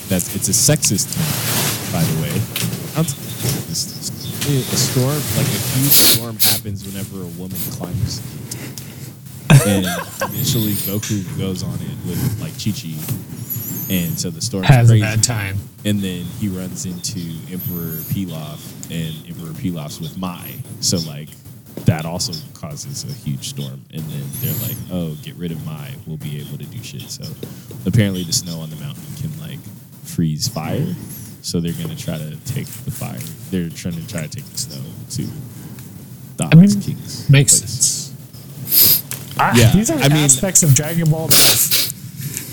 Speaker 1: that's it's a sexist mountain, by the way. Mountain- A storm, like a huge storm happens whenever a woman climbs and initially Goku goes on it with like Chi Chi, and so the storm's
Speaker 3: Has a
Speaker 1: crazy.
Speaker 3: bad time.
Speaker 1: And then he runs into Emperor Pilaf, and Emperor Pilaf's with Mai. So like that also causes a huge storm. And then they're like, "Oh, get rid of Mai. We'll be able to do shit." So apparently, the snow on the mountain can like freeze fire. So they're gonna try to take the fire. They're trying to try to take the snow to the Ox
Speaker 3: mean,
Speaker 1: King's
Speaker 3: Makes
Speaker 1: place.
Speaker 3: sense. Ah,
Speaker 1: Yeah,
Speaker 3: These are
Speaker 1: I mean-
Speaker 3: aspects of Dragon Ball that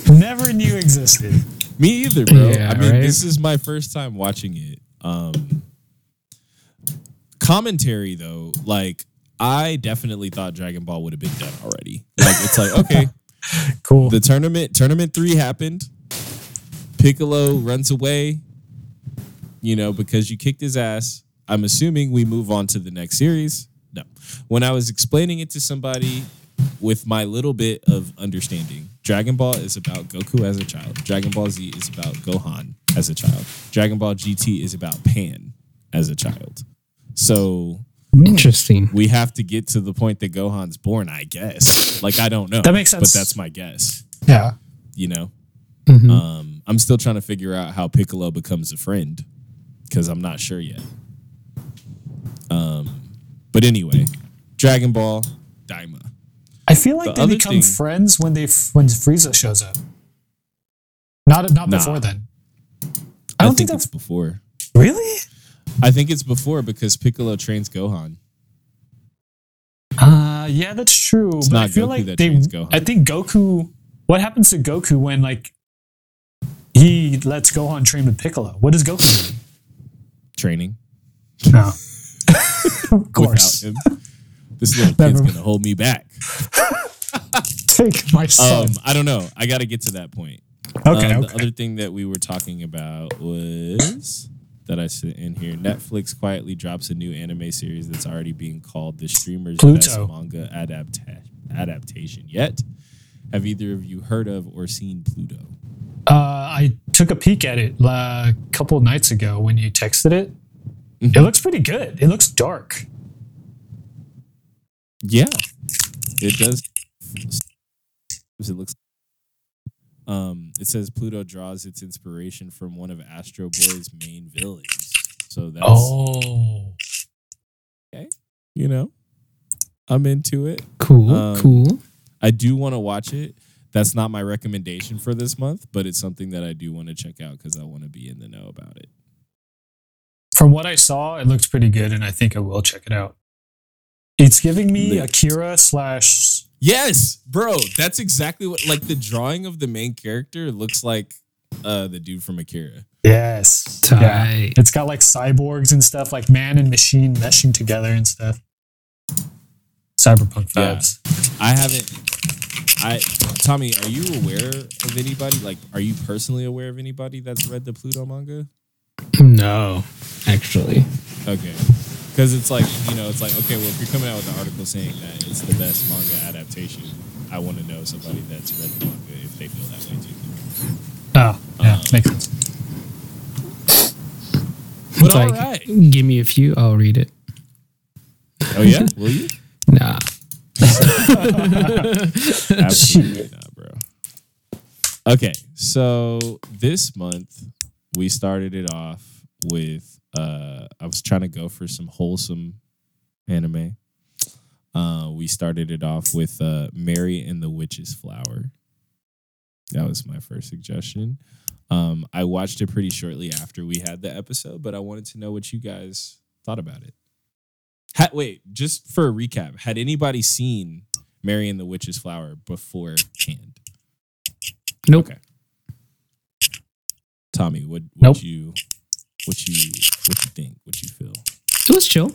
Speaker 3: I never knew existed.
Speaker 1: Me either, bro.
Speaker 2: Yeah,
Speaker 1: I mean,
Speaker 2: right?
Speaker 1: this is my first time watching it. Um commentary though, like I definitely thought Dragon Ball would have been done already. Like it's like, okay,
Speaker 3: Cool.
Speaker 1: the tournament tournament 3 happened. Piccolo runs away, you know, because you kicked his ass. I'm assuming we move on to the next series. No. When I was explaining it to somebody with my little bit of understanding, Dragon Ball is about Goku as a child. Dragon Ball Z is about Gohan as a child. Dragon Ball GT is about Pan as a child. So
Speaker 3: Mm.
Speaker 2: Interesting.
Speaker 1: we have to get to the point that Gohan's born, I guess. Like I don't know.
Speaker 3: That makes
Speaker 1: But
Speaker 3: sense.
Speaker 1: that's my guess
Speaker 3: yeah.
Speaker 1: you know.
Speaker 3: Mm-hmm.
Speaker 1: Um, I'm still trying to figure out how Piccolo becomes a friend because I'm not sure yet. Um, but anyway, Dragon Ball Daima.
Speaker 3: I feel
Speaker 1: The
Speaker 3: like they
Speaker 1: other
Speaker 3: become
Speaker 1: thing-
Speaker 3: friends when they when Frieza shows up. Not not
Speaker 1: Nah.
Speaker 3: before then. I don't think,
Speaker 1: it's
Speaker 3: that's
Speaker 1: before.
Speaker 3: really.
Speaker 1: I think it's before because Piccolo trains Gohan.
Speaker 2: Ah,
Speaker 3: Uh, yeah, that's true.
Speaker 1: It's
Speaker 3: but I
Speaker 1: not
Speaker 3: feel
Speaker 1: Goku
Speaker 3: like
Speaker 1: that
Speaker 3: they.
Speaker 1: trains Gohan.
Speaker 3: I think Goku. What happens to Goku when like he lets Gohan train with Piccolo? What does Goku
Speaker 1: Training
Speaker 3: do? No. [LAUGHS] of
Speaker 1: without
Speaker 3: course.
Speaker 1: him. This
Speaker 3: [LAUGHS]
Speaker 1: little kid's
Speaker 3: Never-
Speaker 1: gonna hold me back.
Speaker 3: Take my
Speaker 1: Um,
Speaker 3: son.
Speaker 1: I don't know. I got to get to that point.
Speaker 3: okay.
Speaker 1: Um,
Speaker 3: okay.
Speaker 1: The other thing that we were talking about was that I sit in here. Netflix quietly drops a new anime series that's already being called the streamer's
Speaker 3: Pluto.
Speaker 1: best manga adapta- adaptation yet. Have either of you heard of or seen Pluto?
Speaker 3: Uh, I took a peek at it uh, a couple nights ago when you texted it.
Speaker 1: Mm-hmm.
Speaker 3: It looks pretty good. It looks dark.
Speaker 1: Yeah, it does. It looks. Um, it says Pluto draws its inspiration from one of Astro Boy's main villains. So that's
Speaker 3: Oh,
Speaker 1: you know, I'm into it.
Speaker 2: Cool,
Speaker 1: Um,
Speaker 2: cool.
Speaker 1: I do want to watch it. That's not my recommendation for this month, but it's something that I do want to check out because I want to be in the know about it.
Speaker 3: from what I saw, it looks pretty good, and I think I will check it out. It's giving me
Speaker 1: Lit.
Speaker 3: Akira slash.
Speaker 1: Yes, bro. That's exactly what like the drawing of the main character looks like uh the dude from Akira.
Speaker 3: Yes. Yeah.
Speaker 2: Tight.
Speaker 3: It's got like cyborgs and stuff, like man and machine meshing together and stuff. Cyberpunk
Speaker 1: Yeah.
Speaker 3: vibes.
Speaker 1: I haven't I Tommy, are you aware of anybody? Like, are you personally aware of anybody that's read the Pluto manga?
Speaker 2: No, actually.
Speaker 1: Okay. Because it's like, you know, it's like, okay, well, if you're coming out with an article saying that it's the best manga adaptation, I want to know somebody that's read the manga if they feel that way too.
Speaker 3: Oh,
Speaker 1: Uh,
Speaker 3: yeah. makes sense.
Speaker 1: But
Speaker 2: It's
Speaker 1: all
Speaker 2: like,
Speaker 1: right.
Speaker 2: give me a few, I'll read it.
Speaker 1: Oh, yeah? Will you?
Speaker 2: Nah.
Speaker 1: Absolutely not, bro. Okay, so this month we started it off with uh I was trying to go for some wholesome anime. Uh we started it off with uh Mary and the Witch's Flower. That was my first suggestion. Um I watched it pretty shortly after we had the episode, but I wanted to know what you guys thought about it. Ha- wait, just for a recap, had anybody seen Mary and the Witch's Flower beforehand.
Speaker 2: Nope.
Speaker 1: Okay. Tommy, what what
Speaker 3: Nope.
Speaker 1: you what you what you think? What you feel?
Speaker 2: It was chill.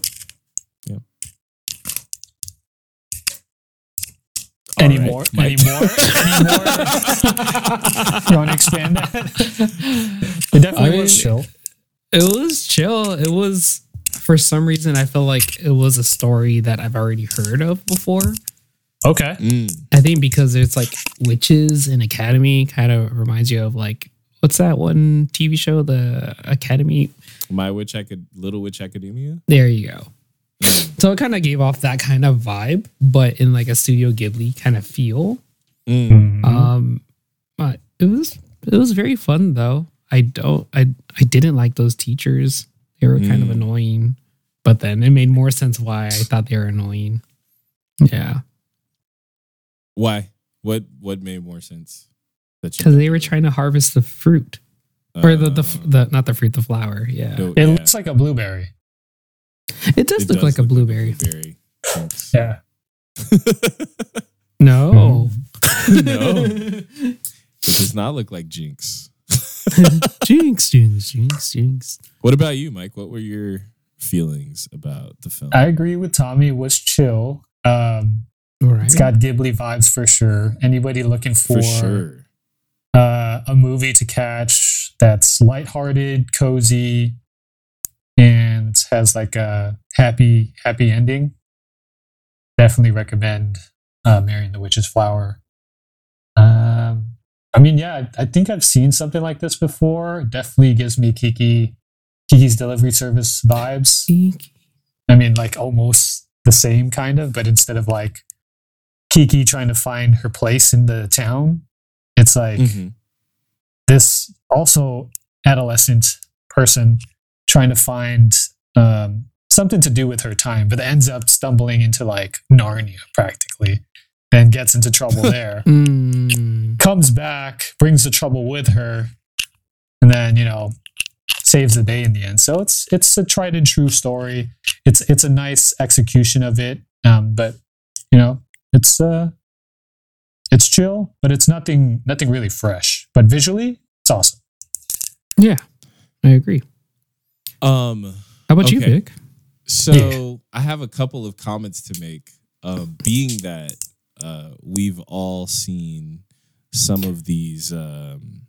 Speaker 3: Any
Speaker 1: All
Speaker 3: more?
Speaker 1: right,
Speaker 3: Any
Speaker 1: Mike. [LAUGHS]
Speaker 3: more? Any more? you want to expand that?
Speaker 2: [LAUGHS]
Speaker 3: It definitely
Speaker 2: I
Speaker 3: was
Speaker 2: mean-
Speaker 3: chill.
Speaker 2: It was chill. It was for some reason I felt like it was a story that I've already heard of before.
Speaker 3: Okay.
Speaker 1: Mm,
Speaker 2: I think because it's like witches and academy kind of reminds you of like what's that one TV show, the Academy?
Speaker 1: my Witch Acad- Little Witch Academia.
Speaker 2: There you go. So it kind of gave off that kind of vibe, but in like a Studio Ghibli kind of feel.
Speaker 1: Mm.
Speaker 3: Uh,
Speaker 2: Um, but it was it was very fun though. I don't I I didn't like those teachers. They were kind of
Speaker 1: Mm.
Speaker 2: annoying, but then it made more sense why I thought they were annoying. Yeah,
Speaker 1: Why? What what made more sense? That you-
Speaker 2: because they were trying to harvest the fruit or the, the f-
Speaker 1: Uh,
Speaker 2: the not the fruit the flower. Yeah,
Speaker 1: no,
Speaker 3: it
Speaker 1: yeah,
Speaker 3: looks like a blueberry.
Speaker 2: it does
Speaker 1: it
Speaker 2: look
Speaker 1: does
Speaker 2: like a blueberry.
Speaker 1: blueberry. [LAUGHS] Thanks.
Speaker 3: Yeah. Oh,
Speaker 2: No,
Speaker 1: [LAUGHS] No. It does not look like Jinx.
Speaker 2: [LAUGHS] jinx, jinx, jinx, jinx.
Speaker 1: What about you, Mike? What were your feelings about the film?
Speaker 3: I agree with Tommy. It was chill. Um,
Speaker 2: All right,
Speaker 3: it's got Ghibli vibes for sure. Anybody looking for,
Speaker 1: For sure.
Speaker 3: uh, a movie to catch that's lighthearted, cozy, and has like a happy, happy ending, definitely recommend uh, Marrying the Witch's Flower. Um, I mean, yeah, I, I think I've seen something like this before. Definitely gives me Kiki, Kiki's Delivery Service vibes.
Speaker 2: Jinx.
Speaker 3: I mean, like almost the same kind of, but instead of like Kiki trying to find her place in the town, it's like
Speaker 1: Mhm.
Speaker 3: this also adolescent person trying to find um, something to do with her time, but ends up stumbling into like Narnia practically and gets into trouble there.
Speaker 2: Mm.
Speaker 3: Comes back, brings the trouble with her, and then, you know, saves the day in the end. So it's it's a tried and true story. It's it's a nice execution of it, um, but You know, it's uh, it's chill, but it's nothing nothing really fresh. But visually, it's awesome.
Speaker 2: Yeah, I agree.
Speaker 1: Um,
Speaker 2: How about you,
Speaker 1: Okay.
Speaker 2: Vic?
Speaker 1: So
Speaker 3: Yeah.
Speaker 1: I have a couple of comments to make. Uh, being that uh, we've all seen some of these um,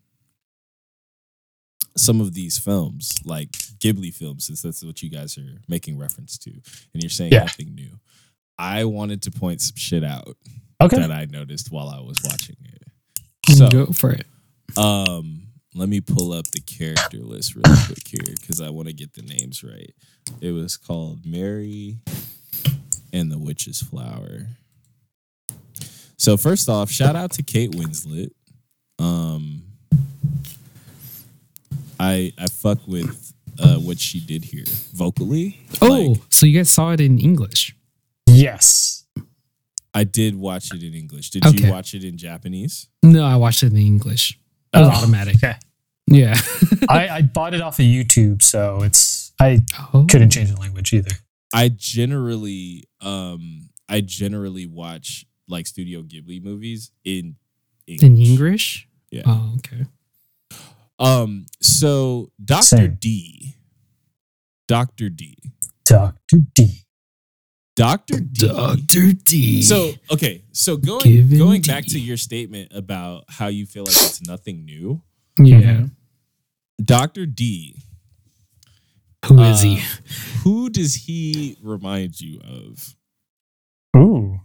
Speaker 1: some of these films, like Ghibli films, since that's what you guys are making reference to, and you're saying
Speaker 3: Yeah.
Speaker 1: nothing new. I wanted to point some shit out
Speaker 3: Okay.
Speaker 1: that I noticed while I was watching it. So,
Speaker 2: Go for it.
Speaker 1: um, let me pull up the character list really quick here because I want to get the names right. It was called Mary and the Witch's Flower. So first off, shout out to Kate Winslet. Um, I I fuck with uh, what she did here vocally.
Speaker 2: Oh,
Speaker 1: Like,
Speaker 2: so you guys saw it in English?
Speaker 3: Yes.
Speaker 1: I did watch it in English. Did
Speaker 2: Okay.
Speaker 1: you watch it in Japanese?
Speaker 2: No, I watched it in English. It was
Speaker 3: Oh,
Speaker 2: automatic.
Speaker 3: Okay.
Speaker 2: Yeah.
Speaker 3: I, I bought it off of YouTube, so it's I
Speaker 2: Oh.
Speaker 3: couldn't change the language either.
Speaker 1: I generally um I generally watch like Studio Ghibli movies in English.
Speaker 2: In English?
Speaker 1: Yeah.
Speaker 2: Oh, okay.
Speaker 1: Um so Dr.
Speaker 3: Same.
Speaker 1: D Dr. D
Speaker 3: Doctor D.
Speaker 1: Dr. D
Speaker 2: D.
Speaker 1: So okay, so going
Speaker 2: Given
Speaker 1: going
Speaker 2: D.
Speaker 1: back to your statement about how you feel like it's nothing new.
Speaker 2: yeah.
Speaker 1: Dr. D,
Speaker 2: Mm-hmm. Who is he?
Speaker 1: who does he remind you of?
Speaker 3: Ooh.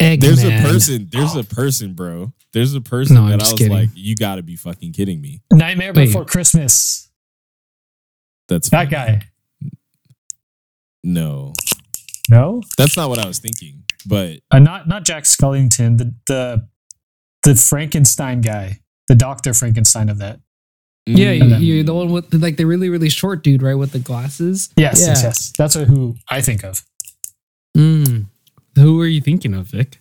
Speaker 2: Eggman.
Speaker 1: There's a person, there's a person, bro. There's a person
Speaker 2: No, I'm
Speaker 1: that I
Speaker 2: just
Speaker 1: was
Speaker 2: kidding.
Speaker 1: like, you gotta be fucking kidding me.
Speaker 3: Nightmare
Speaker 2: Wait.
Speaker 3: Before Christmas.
Speaker 1: That's
Speaker 3: That
Speaker 1: fine.
Speaker 3: guy.
Speaker 1: No,
Speaker 3: No.
Speaker 1: that's not what I was thinking. But
Speaker 3: Uh, not not Jack Skellington. The the the Frankenstein guy. The Doctor Frankenstein of that.
Speaker 2: Yeah, you,
Speaker 3: Mm.
Speaker 2: you the one with like the really really short dude, right, with the glasses.
Speaker 3: Yes. Yes.
Speaker 2: Yeah.
Speaker 3: Yes. That's who I think of.
Speaker 2: Mm. Who are you thinking of, Vic?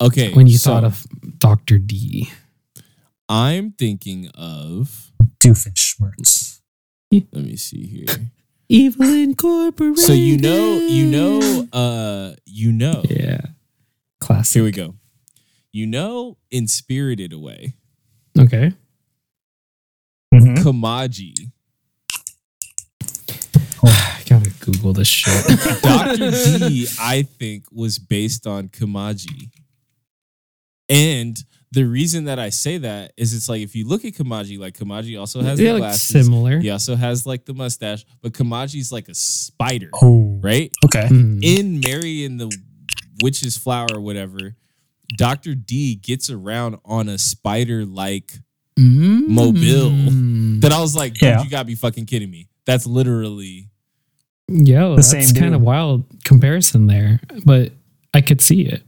Speaker 1: okay.
Speaker 2: When you
Speaker 1: so
Speaker 2: thought of Doctor D?
Speaker 1: I'm thinking of.
Speaker 3: Doofenshmirtz.
Speaker 1: Let me see here.
Speaker 2: Evil Incorporated.
Speaker 1: So you know, you know, uh, you know.
Speaker 2: Yeah. Classic.
Speaker 1: Here we go. You know, in Spirited Away,
Speaker 2: Okay.
Speaker 1: Mm-hmm.
Speaker 3: Mhm.
Speaker 1: Kamaji,
Speaker 2: I gotta Google this shit.
Speaker 1: [LAUGHS] Doctor
Speaker 2: [LAUGHS]
Speaker 1: D, I think was based on Kamaji, and. The reason that I say that is it's like if you look at Kamaji, like Kamaji also has
Speaker 2: they
Speaker 1: the
Speaker 2: look
Speaker 1: glasses.
Speaker 2: similar.
Speaker 1: He also has like the mustache, but Kamaji's like a spider,
Speaker 3: Oh.
Speaker 1: right?
Speaker 2: [LAUGHS]
Speaker 3: Okay.
Speaker 2: Mm.
Speaker 1: In Mary and the Witch's Flower or whatever, Dr. D gets around on a spider like
Speaker 2: Mm.
Speaker 1: Mobile. that I was like, dude,
Speaker 3: Yeah.
Speaker 1: you gotta be fucking kidding me. That's literally
Speaker 2: Yo,
Speaker 3: The
Speaker 2: that's
Speaker 3: same
Speaker 2: kind of
Speaker 3: dude.
Speaker 2: wild comparison there, but I could see it.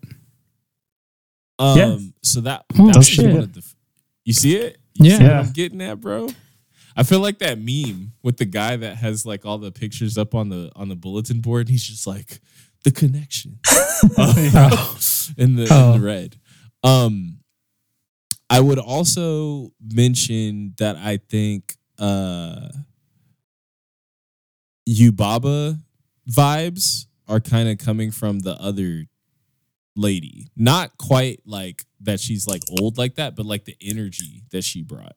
Speaker 1: um
Speaker 3: Yeah.
Speaker 1: so that,
Speaker 2: Oh,
Speaker 1: that was
Speaker 2: shit.
Speaker 1: one of the f- you see it? You see
Speaker 2: Yeah.
Speaker 1: what I'm getting at, bro? I feel like that meme with the guy that has like all the pictures up on the on the bulletin board and he's just like the connection. [LAUGHS]
Speaker 2: Oh.
Speaker 1: in the
Speaker 2: Oh.
Speaker 1: in the red. Um, I would also mention that I think uh, Yubaba vibes are kind of coming from the other lady, not quite like that she's like old like that, but like the energy that she brought.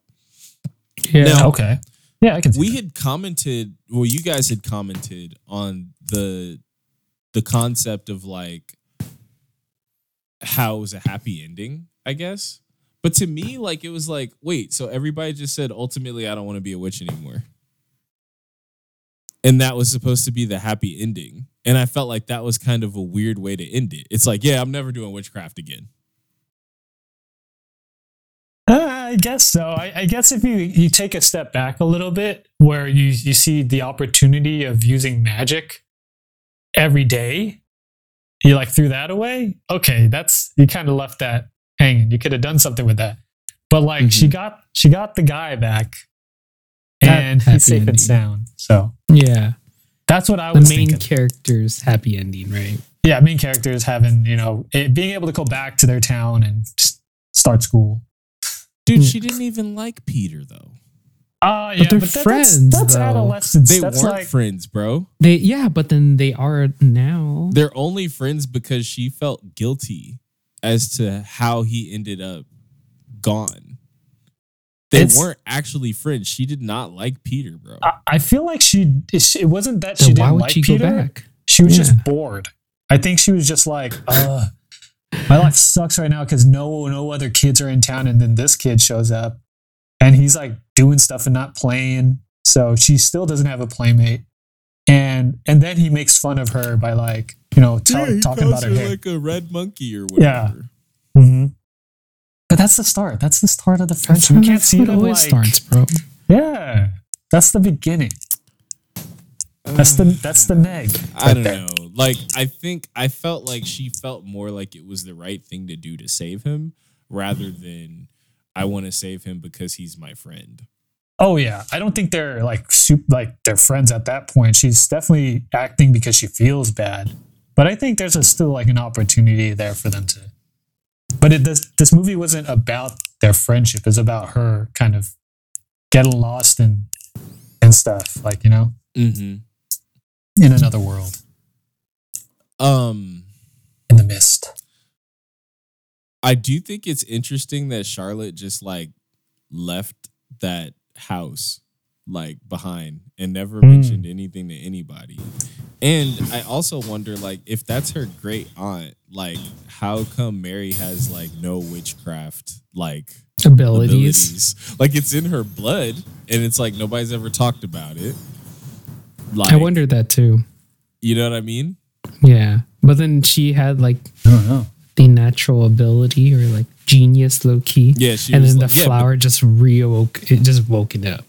Speaker 2: Yeah.
Speaker 1: Now-
Speaker 3: Okay. Yeah, I can. See
Speaker 1: We
Speaker 3: that.
Speaker 1: had commented, well, you guys had commented on the the concept of like how it was a happy ending, I guess. But to me, like it was like, wait, so everybody just said ultimately I don't want to be a witch anymore. And that was supposed to be the happy ending. And I felt like that was kind of a weird way to end it. It's like, yeah, I'm never doing witchcraft again.
Speaker 3: Uh, I guess so. I, I guess if you, you take a step back a little bit, where you, you see the opportunity of using magic every day, you like threw that away. Okay, that's you kind of left that hanging. You could have done something with that, but like she got she got the guy back,
Speaker 2: Mm-hmm. That
Speaker 3: and
Speaker 2: happy
Speaker 3: he's safe
Speaker 2: ending.
Speaker 3: and sound. So
Speaker 2: yeah.
Speaker 3: that's what I
Speaker 2: The
Speaker 3: was
Speaker 2: main
Speaker 3: thinking.
Speaker 2: character's happy ending, right?
Speaker 3: yeah, main characters having you know it, being able to go back to their town and s- start school.
Speaker 1: Dude,
Speaker 2: Yeah.
Speaker 3: Hmm.
Speaker 1: she didn't even like Peter though.
Speaker 3: Ah, yeah,
Speaker 2: they're
Speaker 3: but that-
Speaker 2: friends,
Speaker 3: That's, that's
Speaker 2: though.
Speaker 3: adolescence.
Speaker 1: They
Speaker 3: that's
Speaker 1: weren't
Speaker 3: like,
Speaker 1: friends, bro.
Speaker 2: They yeah, but then they are now.
Speaker 1: They're only friends because she felt guilty as to how he ended up gone. They
Speaker 3: It's- Uh,
Speaker 1: weren't actually friends. She did not like Peter, bro.
Speaker 3: I, I feel like she. It wasn't that she
Speaker 2: Then
Speaker 3: didn't
Speaker 2: why would
Speaker 3: like
Speaker 2: she
Speaker 3: Peter.
Speaker 2: go back?
Speaker 3: She was
Speaker 2: Yeah.
Speaker 3: just bored. I think she was just like, Ugh, my life sucks right now because no no other kids are in town, and then this kid shows up, and he's like doing stuff and not playing. So she still doesn't have a playmate, and and then he makes fun of her by like you know tell,
Speaker 1: he
Speaker 3: talking
Speaker 1: calls
Speaker 3: about her hair.
Speaker 1: like a red monkey or
Speaker 3: Yeah.
Speaker 1: whatever.
Speaker 3: Mhm. But that's the start. That's the start of the
Speaker 2: That's
Speaker 3: friendship.
Speaker 2: how
Speaker 3: You can't
Speaker 2: that's
Speaker 3: see
Speaker 2: how
Speaker 3: it
Speaker 2: it always
Speaker 3: like,
Speaker 2: starts, bro.
Speaker 3: Yeah, that's the beginning. That's the that's the Meg.
Speaker 1: I don't know. Like I think I felt like she felt more like it was the right thing to do to save him rather than I want to save him because he's my friend.
Speaker 3: Oh yeah, I don't think they're like soup like they're friends at that point. She's definitely acting because she feels bad, but I think there's a, still like an opportunity there for them to. But it, this this movie wasn't about their friendship. It's about her kind of getting lost and and stuff like you know
Speaker 1: Mm-hmm.
Speaker 3: in another world
Speaker 1: Um
Speaker 3: in the mist.
Speaker 1: I do think it's interesting that Charlotte just like left that house like behind and never
Speaker 3: Hmm.
Speaker 1: mentioned anything to anybody. And I also wonder like if that's her great aunt, like how come Mary has like no witchcraft like
Speaker 2: Abilities.
Speaker 1: abilities. Like it's in her blood, and it's like nobody's ever talked about it. Like
Speaker 2: I wondered that too.
Speaker 1: you know what I mean?
Speaker 2: Yeah, but then she had like
Speaker 3: I don't know.
Speaker 2: the natural ability or like genius, low key.
Speaker 1: Yeah, she
Speaker 2: and
Speaker 1: was
Speaker 2: then
Speaker 1: like-
Speaker 2: the
Speaker 1: yeah, but-
Speaker 2: flower just reawoke. It just woke it up.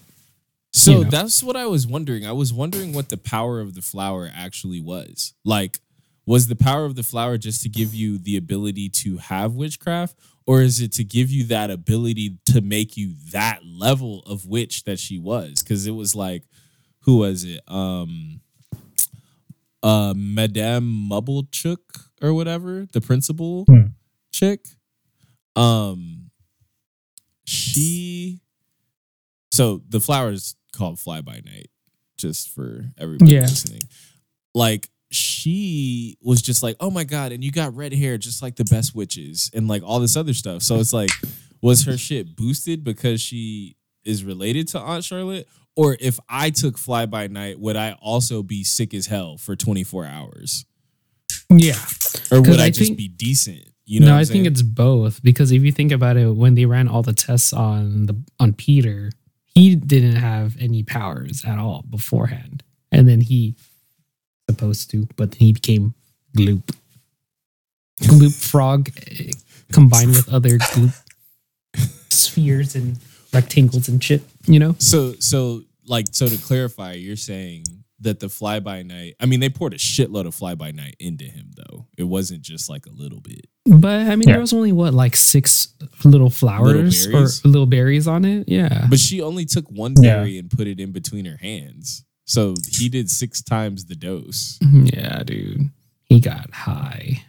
Speaker 1: So
Speaker 2: know.
Speaker 1: that's what I was wondering. I was wondering what the power of the flower actually was. Like, was the power of the flower just to give you the ability to have witchcraft, or is it to give you that ability to make you that level of witch that she was? Because it was like, who was it? Um, uh, Madame Mubblechook or whatever, the principal
Speaker 3: Hmm.
Speaker 1: chick. Um, she. So the flower's called Fly by Night, just for everybody
Speaker 2: Yeah.
Speaker 1: listening. Like she was just like, oh my god, and you got red hair just like the best witches, and like all this other stuff. So it's like, was her shit boosted because she is related to Aunt Charlotte? Or if I took Fly by Night, would I also be sick as hell for 24 hours?
Speaker 2: Yeah.
Speaker 1: Or
Speaker 2: 'Cause
Speaker 1: would I,
Speaker 2: I
Speaker 1: just
Speaker 2: think-
Speaker 1: be decent? You know,
Speaker 2: no,
Speaker 1: what
Speaker 2: I
Speaker 1: I'm
Speaker 2: think
Speaker 1: saying?
Speaker 2: it's both because if you think about it, when they ran all the tests on the on Peter, he didn't have any powers at all beforehand, and then he supposed to, but then he became Gloop, Gloop frog eh, combined
Speaker 1: [LAUGHS]
Speaker 2: with other Gloop spheres and rectangles and shit. You know,
Speaker 1: So, so like, so to clarify, you're saying that the fly by night. I mean, they poured a shitload of fly by night into him, though. It wasn't just like a little bit.
Speaker 2: but I mean,
Speaker 3: Yeah.
Speaker 2: there was only what like six little flowers
Speaker 1: berries?
Speaker 2: or little berries on it. Yeah,
Speaker 1: But she only took one
Speaker 3: Yeah.
Speaker 1: berry and put it in between her hands. So he did six times the dose.
Speaker 2: Yeah, dude. He got high.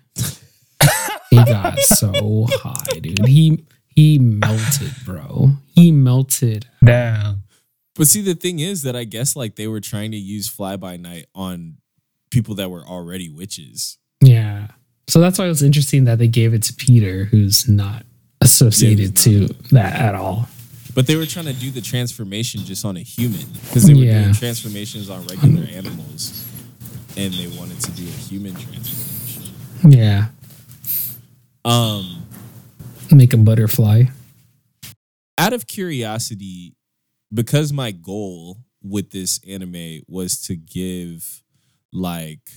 Speaker 2: he got so high, dude. He he melted, bro. He melted.
Speaker 3: Damn.
Speaker 1: But see, the thing is that I guess like they were trying to use fly by night on people that were already witches.
Speaker 2: Yeah. So that's why it was interesting that they gave it to Peter, who's not associated
Speaker 1: Yeah, he's
Speaker 2: to that at all.
Speaker 1: But they were trying to do the transformation just on a human because they were
Speaker 2: Yeah.
Speaker 1: doing transformations on regular animals, and they wanted to do a human transformation.
Speaker 2: Yeah.
Speaker 1: Um,
Speaker 2: Make a butterfly.
Speaker 1: out of curiosity, because my goal with this anime was to give like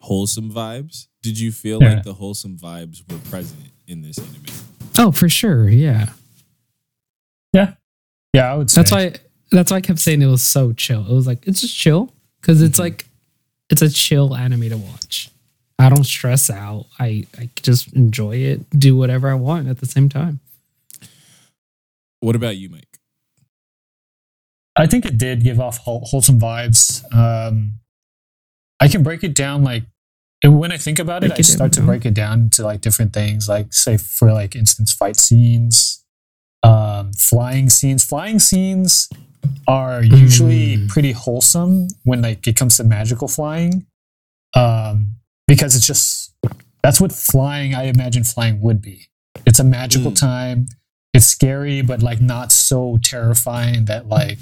Speaker 1: wholesome vibes. Did you feel
Speaker 3: Yeah.
Speaker 1: like the wholesome vibes were present in this anime?
Speaker 2: Oh, for sure. Yeah.
Speaker 3: Yeah. Yeah, I would say
Speaker 2: That's why that's why I kept saying it was so chill. It was like it's just chill because it's
Speaker 1: Mm-hmm.
Speaker 2: like it's a chill anime to watch. I don't stress out. I I just enjoy it, do whatever I want at the same time.
Speaker 1: What about you, Mike?
Speaker 3: I think it did give off whole, wholesome vibes. Um, I can break it down like and when I think about it,
Speaker 2: Break
Speaker 3: I
Speaker 2: it
Speaker 3: start
Speaker 2: down,
Speaker 3: to
Speaker 2: bro.
Speaker 3: break it down to like different things, like say for like instance, fight scenes, um, flying scenes. Flying scenes are usually
Speaker 2: Mm.
Speaker 3: pretty wholesome when like it comes to magical flying, um, because it's just that's what flying. I imagine flying would be. It's a magical
Speaker 1: Mm.
Speaker 3: time. It's scary, but like not so terrifying that like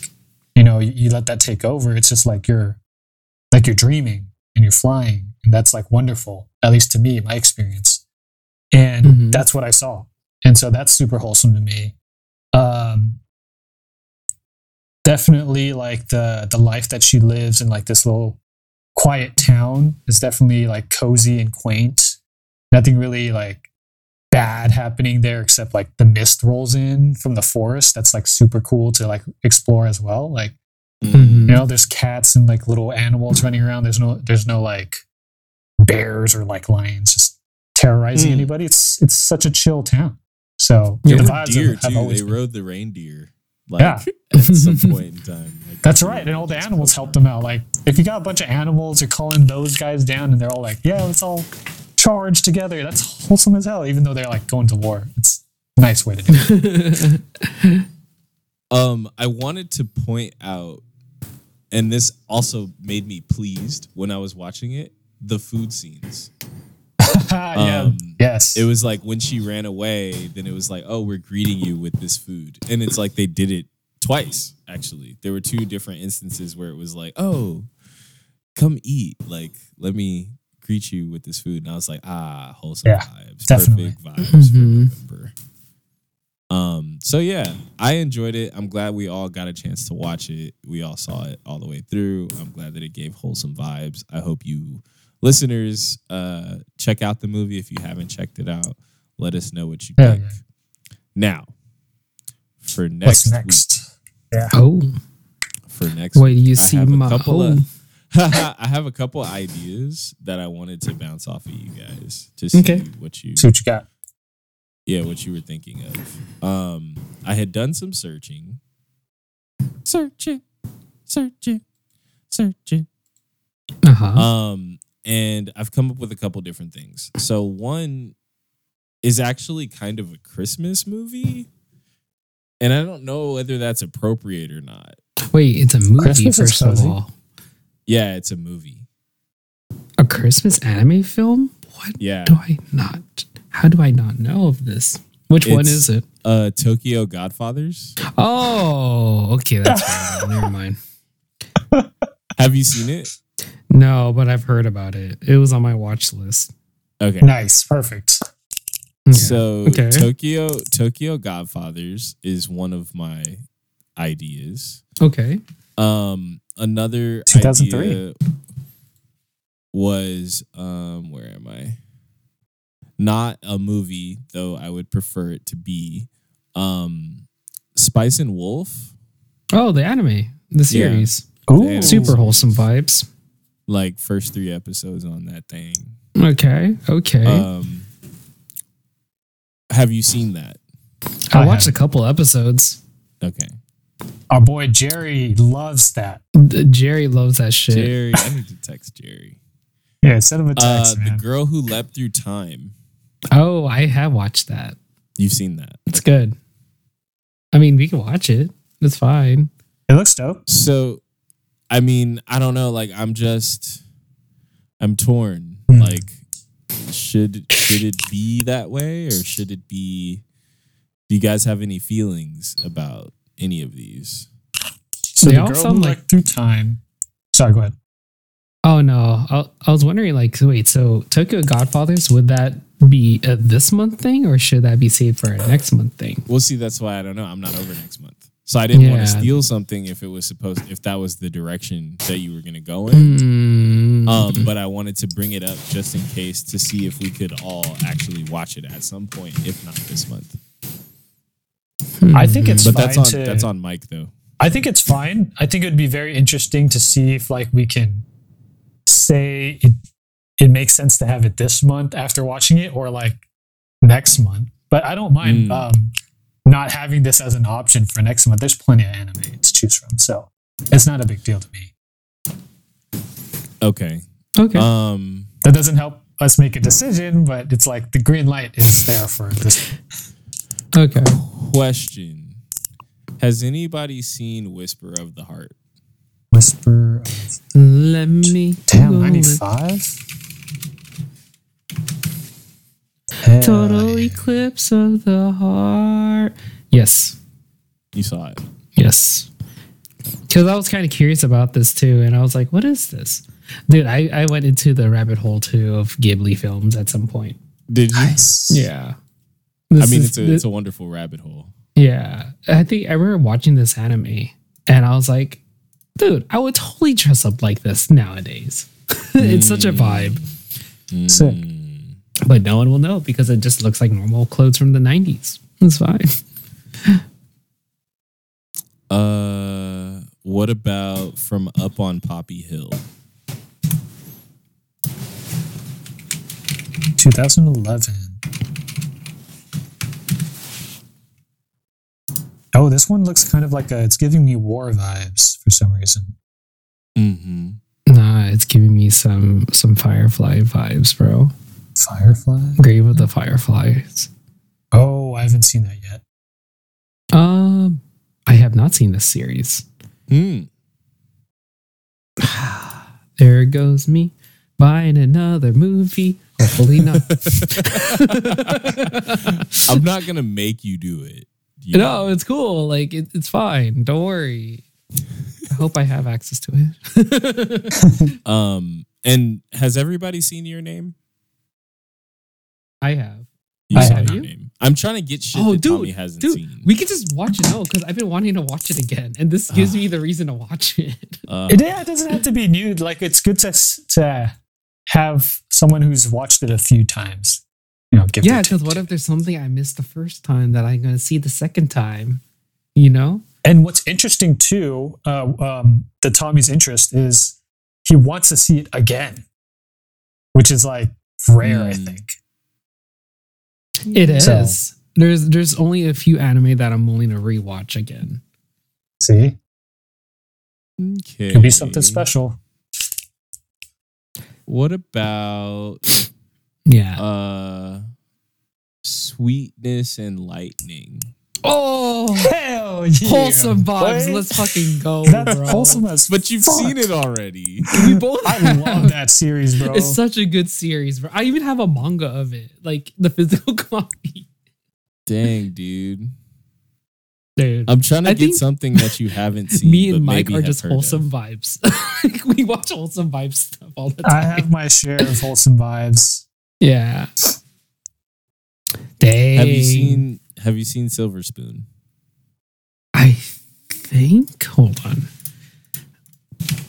Speaker 3: you know you, you let that take over. It's just like you're like you're dreaming and you're flying, and that's like wonderful. At least to me, my experience, and
Speaker 2: Mhm.
Speaker 3: that's what I saw, and so that's super wholesome to me. Um, definitely like the the life that she lives in like this little quiet town is definitely like cozy and quaint nothing really like bad happening there except like the mist rolls in from the forest that's like super cool to like explore as well like
Speaker 2: Mhm.
Speaker 1: Mm-hmm.
Speaker 3: you know there's cats and like little animals running around there's no there's no like bears or like lions just terrorizing
Speaker 1: Mm.
Speaker 3: anybody it's it's such a chill town so
Speaker 1: There
Speaker 2: Yeah,
Speaker 3: the
Speaker 1: were
Speaker 3: vibes
Speaker 1: deer
Speaker 3: have, have
Speaker 1: too.
Speaker 3: always
Speaker 1: They
Speaker 3: been-
Speaker 1: rode the reindeer. Like
Speaker 3: Yeah.
Speaker 1: [LAUGHS] at some point in time. Like,
Speaker 3: That's
Speaker 1: they
Speaker 3: right.
Speaker 1: were
Speaker 3: And all the
Speaker 1: just
Speaker 3: animals
Speaker 1: close
Speaker 3: help
Speaker 1: enough.
Speaker 3: them out. Like, if you got a bunch of animals, you're calling those guys down, and they're all like, yeah, let's all charge together. That's wholesome as hell, even though they're like going to war. It's a nice way to
Speaker 1: [LAUGHS]
Speaker 3: do it. [LAUGHS]
Speaker 1: Um, I wanted to point out, and this also made me pleased when I was watching it. The food scenes.
Speaker 3: yeah.
Speaker 1: Um,
Speaker 3: yes.
Speaker 1: It was like when she ran away, then it was like, oh, we're greeting you with this food, and it's like they did it twice. Actually, there were two different instances where it was like, oh, come eat. Like, let me greet you with this food, and I was like, ah, wholesome
Speaker 3: Yeah,
Speaker 1: vibes,
Speaker 3: definitely. Mm-hmm.
Speaker 1: perfect vibes
Speaker 2: Mhm.
Speaker 1: for November. Um, so yeah, I enjoyed it. I'm glad we all got a chance to watch it. We all saw it all the way through. I'm glad that it gave wholesome vibes. I hope you listeners uh check out the movie if you haven't checked it out. Let us know what you
Speaker 3: Yeah,
Speaker 1: think. Now, for next,
Speaker 3: What's
Speaker 1: week-
Speaker 3: next? Yeah.
Speaker 2: oh,
Speaker 1: for next
Speaker 2: wait, you
Speaker 1: I
Speaker 2: see
Speaker 1: have a
Speaker 2: my.
Speaker 1: couple
Speaker 2: Oh,
Speaker 1: of- [LAUGHS] I have a couple ideas that I wanted to bounce off of you guys to see
Speaker 2: Okay.
Speaker 1: what you
Speaker 3: See what you got.
Speaker 1: yeah, what you were thinking of. Um, I had done some searching. Searching, searching, searching.
Speaker 2: uh-huh.
Speaker 1: Um, and I've come up with a couple different things. So one is actually kind of a Christmas movie. And I don't know whether that's appropriate or not.
Speaker 2: Wait, it's a movie,
Speaker 3: Christmas is
Speaker 2: first of
Speaker 3: cozy.
Speaker 2: all.
Speaker 1: Yeah, it's a movie.
Speaker 2: A Christmas anime film? What
Speaker 1: Yeah.
Speaker 2: do I not? How do I not know of this? Which one
Speaker 1: It's-
Speaker 2: is it?
Speaker 1: Uh Tokyo Godfathers.
Speaker 2: Oh, okay,
Speaker 3: [LAUGHS]
Speaker 2: that's right. Never mind.
Speaker 1: Have you seen it?
Speaker 2: No, but I've heard about it. It was on my watch list.
Speaker 1: Okay.
Speaker 3: Nice. Perfect.
Speaker 2: Yeah.
Speaker 1: So
Speaker 2: Okay.
Speaker 1: Tokyo Tokyo Godfathers is one of my ideas.
Speaker 2: okay.
Speaker 1: Um, another
Speaker 3: 2003.
Speaker 1: idea was um, where am I? Not a movie, though. I would prefer it to be um, Spice and Wolf,
Speaker 2: Oh, the anime, the series.
Speaker 1: Ooh.
Speaker 2: Super wholesome vibes.
Speaker 1: like first three episodes on that thing.
Speaker 2: Okay. Okay.
Speaker 3: Uh,
Speaker 1: Um, have you seen that?
Speaker 2: I
Speaker 3: I
Speaker 2: watched a couple episodes.
Speaker 1: Okay,
Speaker 3: Our boy Jerry loves that.
Speaker 2: D- Jerry loves that shit.
Speaker 1: Jerry. I need to text Jerry.
Speaker 3: Yeah. Send him a
Speaker 1: Uh,
Speaker 3: [LAUGHS] text,
Speaker 1: the
Speaker 3: man.
Speaker 1: girl who leapt through time.
Speaker 2: Oh, I have watched that.
Speaker 1: You've seen that.
Speaker 2: It's good. I mean, we can watch it. It's fine.
Speaker 3: it looks dope.
Speaker 1: So, I mean, I don't know. Like, I'm just, I'm torn.
Speaker 3: Hmm.
Speaker 1: Like, should should it be that way, or should it be? Do you guys have any feelings about any of these?
Speaker 3: So
Speaker 2: They
Speaker 3: the
Speaker 2: all
Speaker 3: girl who
Speaker 2: sound like-
Speaker 3: like through time. Sorry. Go ahead.
Speaker 2: Oh no, I, I was wondering like, wait, so Tokyo Godfathers would that be a this month thing or should that be saved for a next month thing?
Speaker 1: We'll see. That's why I don't know. I'm not over next month, so I didn't want
Speaker 2: Yeah.
Speaker 1: to steal something if it was supposed if that was the direction that you were going to go
Speaker 2: Hmm.
Speaker 1: in.
Speaker 2: Mm,
Speaker 1: Um, but I wanted to bring it up just in case to see if we could all actually watch it at some point, if not this month.
Speaker 2: Hmm.
Speaker 3: I think it's
Speaker 1: Mm-hmm. But
Speaker 3: fine
Speaker 1: that's on
Speaker 3: to,
Speaker 1: that's on Mike though.
Speaker 3: I think it's fine. I think it would be very interesting to see if like we can say it it makes sense to have it this month after watching it or like next month. But I don't mind
Speaker 1: Mm.
Speaker 3: um, not having this as an option for next month. There's plenty of anime to choose from, so it's not a big deal to me.
Speaker 1: Okay.
Speaker 2: okay.
Speaker 3: Uh,
Speaker 1: Um,
Speaker 3: That doesn't help us make a decision, but it's like the green light is there for this.
Speaker 2: Okay.
Speaker 1: Question: Has anybody seen Whisper of the Heart?
Speaker 3: Whisper. of-
Speaker 2: Let me go
Speaker 3: Damn,
Speaker 2: with-
Speaker 3: 95? Hell
Speaker 1: Uh,
Speaker 2: Total
Speaker 3: yeah.
Speaker 2: eclipse of the heart. Yes.
Speaker 1: You saw it.
Speaker 2: Yes. Because I was kind of curious about this too, and I was like, "What is this, dude?" I, I went into the rabbit hole too of Ghibli films at some point.
Speaker 1: Did you?
Speaker 3: Nice.
Speaker 2: Yeah,
Speaker 1: I mean, it's a it's a wonderful rabbit hole.
Speaker 2: yeah. I think I remember watching this anime, and I was like, "Dude, I would totally dress up like this nowadays." [LAUGHS] it's such
Speaker 1: Mm.
Speaker 2: a vibe,
Speaker 3: Sick.
Speaker 2: but no one will know because it just looks like normal clothes from the '90s. It's fine.
Speaker 1: Uh, what about from up on Poppy Hill?
Speaker 3: 2011. Oh, this one looks kind of like a, it's giving me war vibes for some reason.
Speaker 1: Mm-hmm.
Speaker 2: Nah, it's giving me some some Firefly vibes, bro.
Speaker 3: Firefly?
Speaker 2: Grave of the Fireflies.
Speaker 3: Oh, I haven't seen that yet.
Speaker 2: Um, I have not seen this series.
Speaker 1: Hmm.
Speaker 2: There goes me buying another movie. Hopefully not. [LAUGHS]
Speaker 1: I'm not gonna make you do it. You
Speaker 2: no, it's cool. Like it, it's fine. Don't worry. I hope I have access to it. [LAUGHS]
Speaker 1: know? Um. And has everybody seen your name?
Speaker 2: I have.
Speaker 1: You
Speaker 3: I
Speaker 1: saw
Speaker 3: have.
Speaker 1: your name. I'm trying to get shit
Speaker 2: Oh,
Speaker 1: that
Speaker 2: dude,
Speaker 1: Tommy hasn't
Speaker 2: Dude,
Speaker 1: seen.
Speaker 2: we could just watch it now because I've been wanting to watch it again, and this gives me the reason to watch it.
Speaker 1: Uh,
Speaker 3: It, yeah, it doesn't have to be new. Like, it's good to, s- to have someone who's watched it a few times. You know, give
Speaker 2: yeah,
Speaker 3: their
Speaker 2: because
Speaker 3: take.
Speaker 2: what if there's something I missed the first time that I'm going to see the second time? You know?
Speaker 3: And what's interesting too, uh, um, that Tommy's interest is he wants to see it again, which is like rare, I
Speaker 2: Hmm.
Speaker 1: Mm.
Speaker 3: think.
Speaker 2: It is.
Speaker 3: So-
Speaker 2: There's there's only a few anime that I'm willing to rewatch again.
Speaker 3: See,
Speaker 1: okay.
Speaker 3: could be something
Speaker 2: [LAUGHS]
Speaker 3: special.
Speaker 1: What about
Speaker 2: Yeah.
Speaker 1: uh, sweetness and lightning? [LAUGHS]
Speaker 2: oh,
Speaker 3: Hell yeah!
Speaker 2: wholesome vibes.
Speaker 3: boy.
Speaker 2: Let's fucking go,
Speaker 3: [LAUGHS] That's
Speaker 2: bro.
Speaker 3: wholesome as
Speaker 1: But you've
Speaker 3: fuck.
Speaker 1: seen it already.
Speaker 2: We both
Speaker 3: I
Speaker 2: have.
Speaker 3: love that series, bro.
Speaker 2: It's such a good series, bro. I even have a manga of it, like the physical [LAUGHS] copy.
Speaker 1: Dang, dude.
Speaker 2: Dude,
Speaker 1: I'm trying to
Speaker 2: I
Speaker 1: get
Speaker 2: think-
Speaker 1: something that you haven't seen.
Speaker 2: me and
Speaker 1: but
Speaker 2: Mike
Speaker 1: maybe
Speaker 2: are
Speaker 1: have
Speaker 2: just
Speaker 1: heard of.
Speaker 2: wholesome vibes. [LAUGHS] like, we watch wholesome vibe stuff all the time.
Speaker 3: I have my share of wholesome vibes.
Speaker 2: yeah. Dang.
Speaker 1: Have you seen Have you seen Silver Spoon?
Speaker 2: I think. Hold on,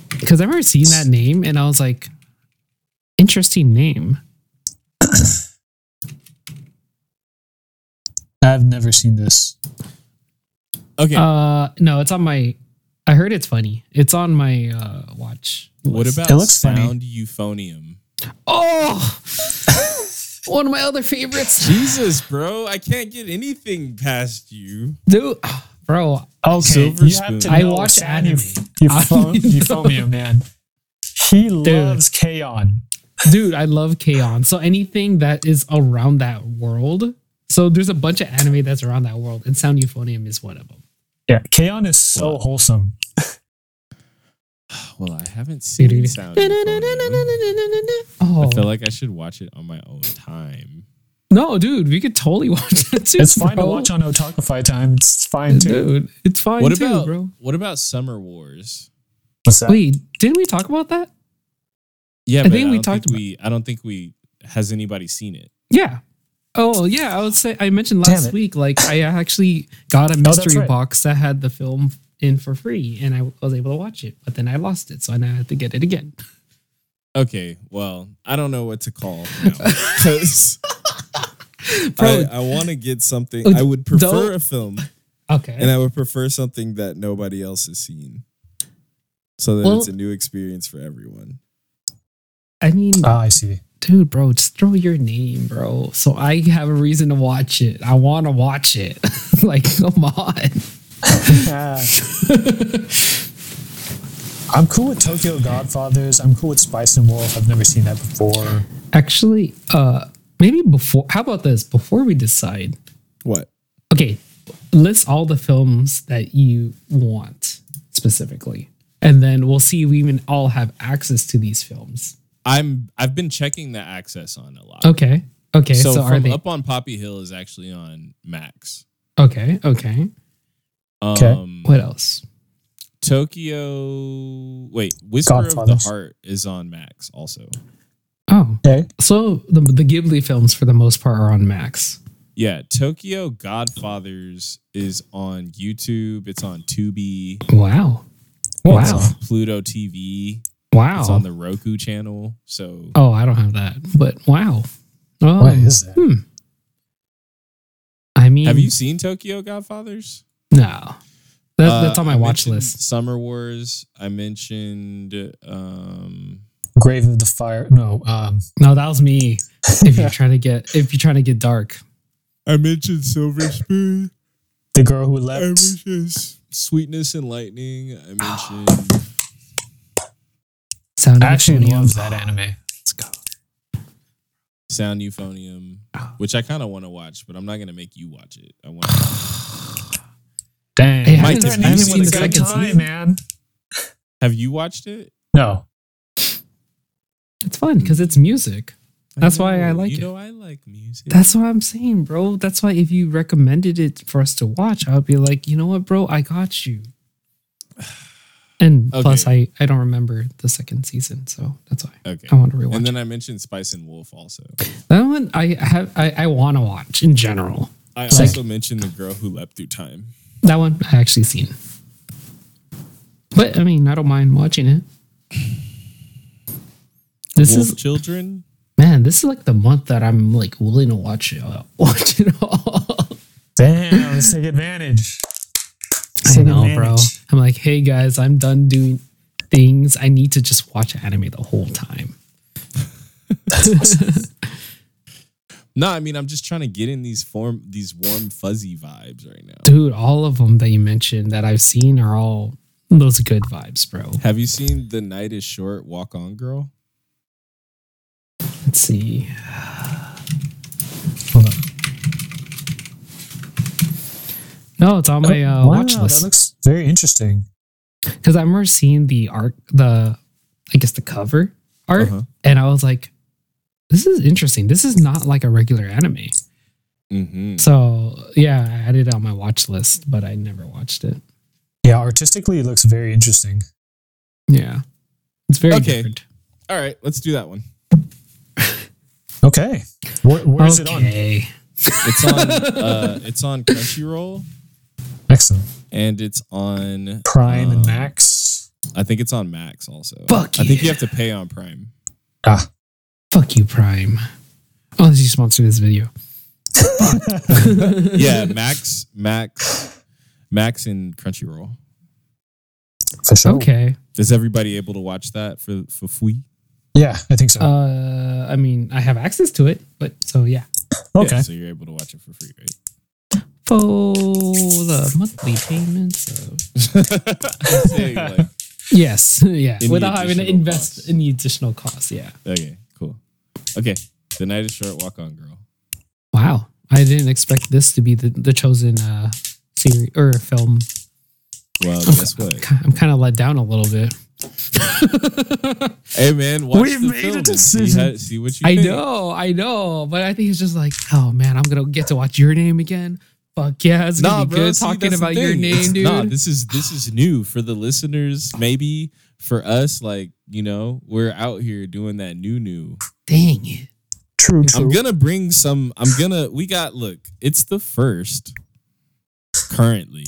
Speaker 2: because I've never seen that name, and I was like, interesting name.
Speaker 3: I've never seen this.
Speaker 1: Okay.
Speaker 2: Uh, no, it's on my. I heard it's funny. It's on my uh watch.
Speaker 1: what
Speaker 2: list.
Speaker 1: about
Speaker 3: It looks funny.
Speaker 1: Sound Euphonium?
Speaker 2: Oh, [LAUGHS] one of my other favorites,
Speaker 1: Jesus, bro, I can't get anything past you.
Speaker 2: dude. Bro,
Speaker 3: Okay,
Speaker 1: Silver
Speaker 3: you have to
Speaker 1: Spoon.
Speaker 2: I
Speaker 3: know
Speaker 2: watch
Speaker 3: Sam, you-
Speaker 2: anime.
Speaker 3: You,
Speaker 2: I
Speaker 3: phone, you
Speaker 2: know. [LAUGHS]
Speaker 3: phone me, man. He loves K-On!
Speaker 2: dude, I love K-On! So anything that is around that world. So there's a bunch of anime that's around that world, and Sound Euphonium is one of them.
Speaker 3: Yeah, K-On! is so
Speaker 1: Wow.
Speaker 3: wholesome.
Speaker 1: Well, I haven't seen Sound Euphonium.
Speaker 2: Oh,
Speaker 1: I feel like I should watch it on my own time.
Speaker 2: No, dude, we could totally [LAUGHS] watch that too.
Speaker 3: It's fine
Speaker 2: bro.
Speaker 3: to watch on Otakify time. It's fine too.
Speaker 2: Dude, it's fine
Speaker 1: What
Speaker 2: too,
Speaker 1: about
Speaker 2: bro.
Speaker 1: What about Summer Wars?
Speaker 3: What's that?
Speaker 2: Wait, didn't we talk about that?
Speaker 1: Yeah,
Speaker 2: I
Speaker 1: but
Speaker 2: think we
Speaker 1: don't
Speaker 2: talked
Speaker 1: think we. I don't think we. Has anybody seen it?
Speaker 2: Yeah. Oh yeah, I would say I mentioned
Speaker 3: Damn
Speaker 2: last
Speaker 3: it. Oh,
Speaker 2: week. Like I actually got a
Speaker 3: that's
Speaker 2: mystery
Speaker 3: right.
Speaker 2: box that had the film in for free, and I was able to watch it. But then I lost it, so now I have to get it again.
Speaker 1: Okay, well, I don't know what to call
Speaker 2: [LAUGHS]
Speaker 1: now because
Speaker 2: Bro.
Speaker 1: I, I want to get something.
Speaker 2: Uh,
Speaker 1: I would prefer
Speaker 2: don't-
Speaker 1: a film,
Speaker 2: Okay.
Speaker 1: and I would prefer something that nobody else has seen, so that
Speaker 2: Well-
Speaker 1: it's a new experience for everyone.
Speaker 2: I, mean,
Speaker 3: Ah, I see.
Speaker 2: dude, bro, just throw your name, bro. So I have a reason to watch it. I want to watch it. [LAUGHS] like, come on.
Speaker 3: [LAUGHS] I'm cool with Tokyo Godfathers. I'm cool with Spice and Wolf. I've never seen that before.
Speaker 2: Actually, uh, maybe before. How about this? Before we decide,
Speaker 1: What?
Speaker 2: okay, list all the films that you want specifically, and then we'll see if we even all have access to these films.
Speaker 1: I'm I've been checking the access on a lot.
Speaker 2: Okay, okay. So,
Speaker 1: So,
Speaker 2: are
Speaker 1: from
Speaker 2: they
Speaker 1: up on Poppy Hill is actually on Max.
Speaker 2: okay? Okay.
Speaker 1: Um,
Speaker 3: Okay.
Speaker 2: What else?
Speaker 1: Tokyo. Wait, Whisper of
Speaker 3: Godfathers.
Speaker 1: the Heart is on Max also.
Speaker 2: Oh,
Speaker 3: Okay.
Speaker 2: so the the Ghibli films for the most part are on Max.
Speaker 1: Yeah, Tokyo Godfathers is on YouTube. It's on Tubi.
Speaker 2: Wow.
Speaker 1: It's
Speaker 2: Wow.
Speaker 1: on Pluto TV.
Speaker 2: Wow.
Speaker 1: It's on the Roku channel. So
Speaker 2: oh, I don't have that, but wow. Oh,
Speaker 3: What is that?
Speaker 2: Hmm. I mean,
Speaker 1: have you seen Tokyo Godfathers?
Speaker 2: No, that's, that's
Speaker 1: Uh,
Speaker 2: on my
Speaker 1: I
Speaker 2: watch
Speaker 1: mentioned
Speaker 2: list.
Speaker 1: Summer Wars. I mentioned um
Speaker 3: Grave of the Fire. No. Um,
Speaker 2: No, that was me. If you're trying to get, if you're trying to get dark,
Speaker 1: I mentioned Silver Spoon.
Speaker 3: the girl who
Speaker 1: I
Speaker 3: left.
Speaker 1: mentioned Sweetness and Lightning. I
Speaker 2: Ah.
Speaker 1: mentioned
Speaker 2: sound
Speaker 3: I actually
Speaker 2: Euphonium.
Speaker 3: love that anime.
Speaker 2: Let's go.
Speaker 1: Sound Euphonium,
Speaker 2: Ah.
Speaker 1: which I kind of want to watch, but I'm not gonna make you watch it. I want.
Speaker 2: [SIGHS]
Speaker 3: Dang.
Speaker 2: Hey, I
Speaker 1: Mike,
Speaker 2: haven't,
Speaker 1: have
Speaker 2: I
Speaker 1: you
Speaker 2: haven't
Speaker 1: seen
Speaker 2: seen the
Speaker 1: the second
Speaker 2: second
Speaker 1: season?
Speaker 2: season.
Speaker 3: man.
Speaker 1: Have you watched it?
Speaker 3: No.
Speaker 2: It's fun because it's music. That's why I
Speaker 1: know.
Speaker 2: like
Speaker 1: Oh, you
Speaker 2: it.
Speaker 1: know I like music.
Speaker 2: That's what I'm saying, bro. That's why if you recommended it for us to watch, I would be like, you know what, bro, I got you. [SIGHS] And plus, I I don't remember the second season, so that's why
Speaker 1: okay.
Speaker 2: I want to rewatch.
Speaker 1: And then I mentioned Spice and Wolf also.
Speaker 2: that one I have I, I want to watch in general.
Speaker 1: I
Speaker 2: Like-
Speaker 1: also mentioned the girl who leapt through time.
Speaker 2: That one I actually seen. But I mean, I don't mind watching it. This
Speaker 1: Wolf
Speaker 2: is
Speaker 1: Children.
Speaker 2: man, this is like the month that I'm like willing to watch it uh, [LAUGHS] watch it all.
Speaker 3: Damn. Let's take advantage.
Speaker 2: I
Speaker 3: Take
Speaker 2: know, bro.
Speaker 3: advantage.
Speaker 2: I'm like, hey guys, I'm done doing things. I need to just watch anime the whole time.
Speaker 1: No, I mean I'm just trying to get in these form these warm fuzzy vibes right now.
Speaker 2: Dude, all of them that you mentioned that I've seen are all those good vibes, bro.
Speaker 1: Have you seen The Night is Short Walk On Girl?
Speaker 2: Let's see.
Speaker 3: Hold on.
Speaker 2: No, it's on my uh,
Speaker 3: Oh,
Speaker 2: watch
Speaker 3: wow,
Speaker 2: list.
Speaker 3: That looks very interesting.
Speaker 2: because I remember seeing the art, the I guess the cover art,
Speaker 1: Uh-huh.
Speaker 2: and I was like, "This is interesting. This is not like a regular anime."
Speaker 1: Mm-hmm.
Speaker 2: So yeah, I had it on my watch list, but I never watched it.
Speaker 3: Yeah, artistically, it looks very interesting.
Speaker 2: Yeah, it's very
Speaker 1: Okay.
Speaker 2: different.
Speaker 1: All right, let's do that one.
Speaker 3: Okay. Where, where is it on?
Speaker 2: okay,
Speaker 1: It's
Speaker 2: [LAUGHS]
Speaker 1: on uh, it's on Crunchyroll
Speaker 3: Excellent.
Speaker 1: and it's on
Speaker 3: Prime and
Speaker 1: um,
Speaker 2: Uh,
Speaker 3: Max.
Speaker 1: I think it's on Max also.
Speaker 2: Fuck
Speaker 1: I think you
Speaker 2: yeah.
Speaker 1: have to pay on
Speaker 2: [LAUGHS]
Speaker 1: Prime.
Speaker 3: Ah.
Speaker 2: fuck you, Prime. Unless you sponsor this video,
Speaker 1: Yeah, Max, Max, Max, and Crunchyroll.
Speaker 3: For
Speaker 2: [LAUGHS]
Speaker 3: sure.
Speaker 2: okay.
Speaker 1: Is everybody able to watch that for for free?
Speaker 3: Yeah, I think so.
Speaker 2: Uh, I mean, I have access to it, but so yeah,
Speaker 3: okay.
Speaker 1: Yeah, so you're able to watch it for free, right?
Speaker 2: for the monthly payments of
Speaker 1: [LAUGHS] I'm saying, like,
Speaker 2: Yes, [LAUGHS] yeah.
Speaker 1: Any
Speaker 2: Without having to
Speaker 1: additional
Speaker 2: invest
Speaker 1: costs.
Speaker 2: any additional costs, yeah.
Speaker 1: okay, cool. Okay, the night is short. Walk on, girl.
Speaker 2: Wow, I didn't expect this to be the, the chosen uh series or film.
Speaker 1: Well, guess what?
Speaker 2: Ki- I'm kind of let down a little bit.
Speaker 1: [LAUGHS] Hey, man, watch
Speaker 3: We've
Speaker 1: the
Speaker 3: made a
Speaker 1: film and See,
Speaker 3: decision.
Speaker 1: how, see what you.
Speaker 2: I
Speaker 1: think.
Speaker 2: know, I know, but I think it's just like, oh man, I'm gonna get to watch your name again. Fuck yeah, it's gonna
Speaker 1: Nah,
Speaker 2: be
Speaker 1: bro.
Speaker 2: good
Speaker 1: see,
Speaker 2: talking
Speaker 1: that's the
Speaker 2: about your
Speaker 1: thing.
Speaker 2: name, dude.
Speaker 1: Nah, this is this is new for the listeners. Maybe for us, like you know, we're out here doing that new new.
Speaker 2: Dang it.
Speaker 3: True,
Speaker 1: I'm gonna bring some. I'm gonna. We got. Look, it's the first currently.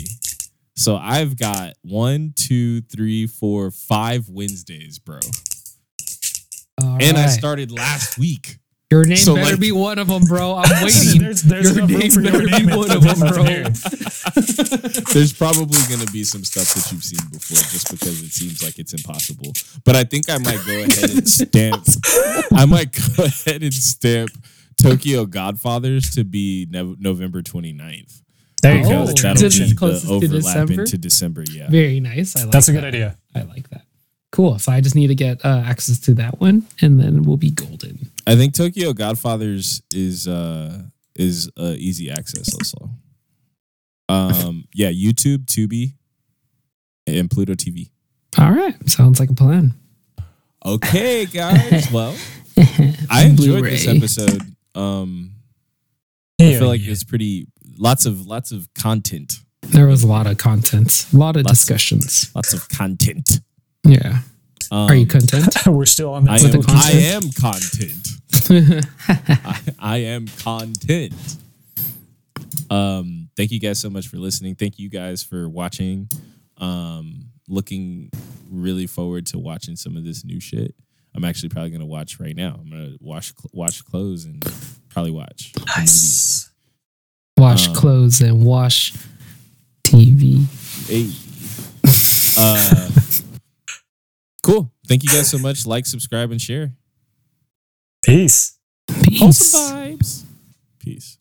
Speaker 1: So I've got one, two, three, four, five Wednesdays, bro.
Speaker 2: All
Speaker 1: and I
Speaker 2: right.
Speaker 1: started last week.
Speaker 2: your name
Speaker 1: so,
Speaker 2: better
Speaker 1: like-
Speaker 2: be one of them, bro.
Speaker 1: [LAUGHS]
Speaker 2: I'm waiting.
Speaker 3: there's there's
Speaker 2: your
Speaker 3: enough room
Speaker 2: name
Speaker 3: for
Speaker 2: better
Speaker 3: your name.
Speaker 2: be
Speaker 3: in
Speaker 2: one
Speaker 3: the
Speaker 2: of them,
Speaker 3: thumbnail.
Speaker 2: bro.
Speaker 1: There's probably gonna be some stuff that you've seen before, just because it seems like it's impossible. But I think I might go ahead and stamp. I might go [LAUGHS] ahead and stamp Tokyo Godfathers to be Nov November 29th.
Speaker 3: There you
Speaker 1: Because
Speaker 3: go.
Speaker 2: Oh,
Speaker 1: that'll
Speaker 2: this is
Speaker 1: be
Speaker 2: closest
Speaker 1: the
Speaker 2: to
Speaker 1: overlap
Speaker 2: December?
Speaker 1: into December. Yeah.
Speaker 2: Very nice. I like
Speaker 3: That's a
Speaker 2: that.
Speaker 3: good idea.
Speaker 2: I like that. Cool. So I just need to get uh, access to that one, and then we'll be golden.
Speaker 1: I think Tokyo Godfathers is uh is uh easy access also. Um, yeah, YouTube, Tubi, and Pluto TV.
Speaker 2: All right. Sounds like a plan.
Speaker 1: Okay, guys. Well, I enjoyed this
Speaker 2: Blu-ray.
Speaker 1: episode. Um, I feel like it's pretty lots of lots of content,
Speaker 2: There was a lot of content, a lot of
Speaker 1: Lots.
Speaker 2: discussions.
Speaker 1: lots of content.
Speaker 2: Yeah.
Speaker 1: Um,
Speaker 2: Are
Speaker 1: [LAUGHS]
Speaker 2: you content?
Speaker 3: [LAUGHS] we're still on
Speaker 1: I
Speaker 3: that.
Speaker 1: am,
Speaker 2: the
Speaker 1: I
Speaker 2: content?
Speaker 1: am content. I, I am content. Um, thank you guys so much for listening. Thank you guys for watching. Um, looking really forward to watching some of this new shit. I'm actually probably gonna watch right now. I'm gonna wash cl- wash clothes and probably watch.
Speaker 3: Nice.
Speaker 2: Wash
Speaker 1: Um,
Speaker 2: clothes and wash TV.
Speaker 1: Hey. Uh, [LAUGHS] cool. Thank you guys so much. Like, subscribe, and share.
Speaker 3: Peace.
Speaker 2: Peace.
Speaker 1: Awesome vibes. Peace.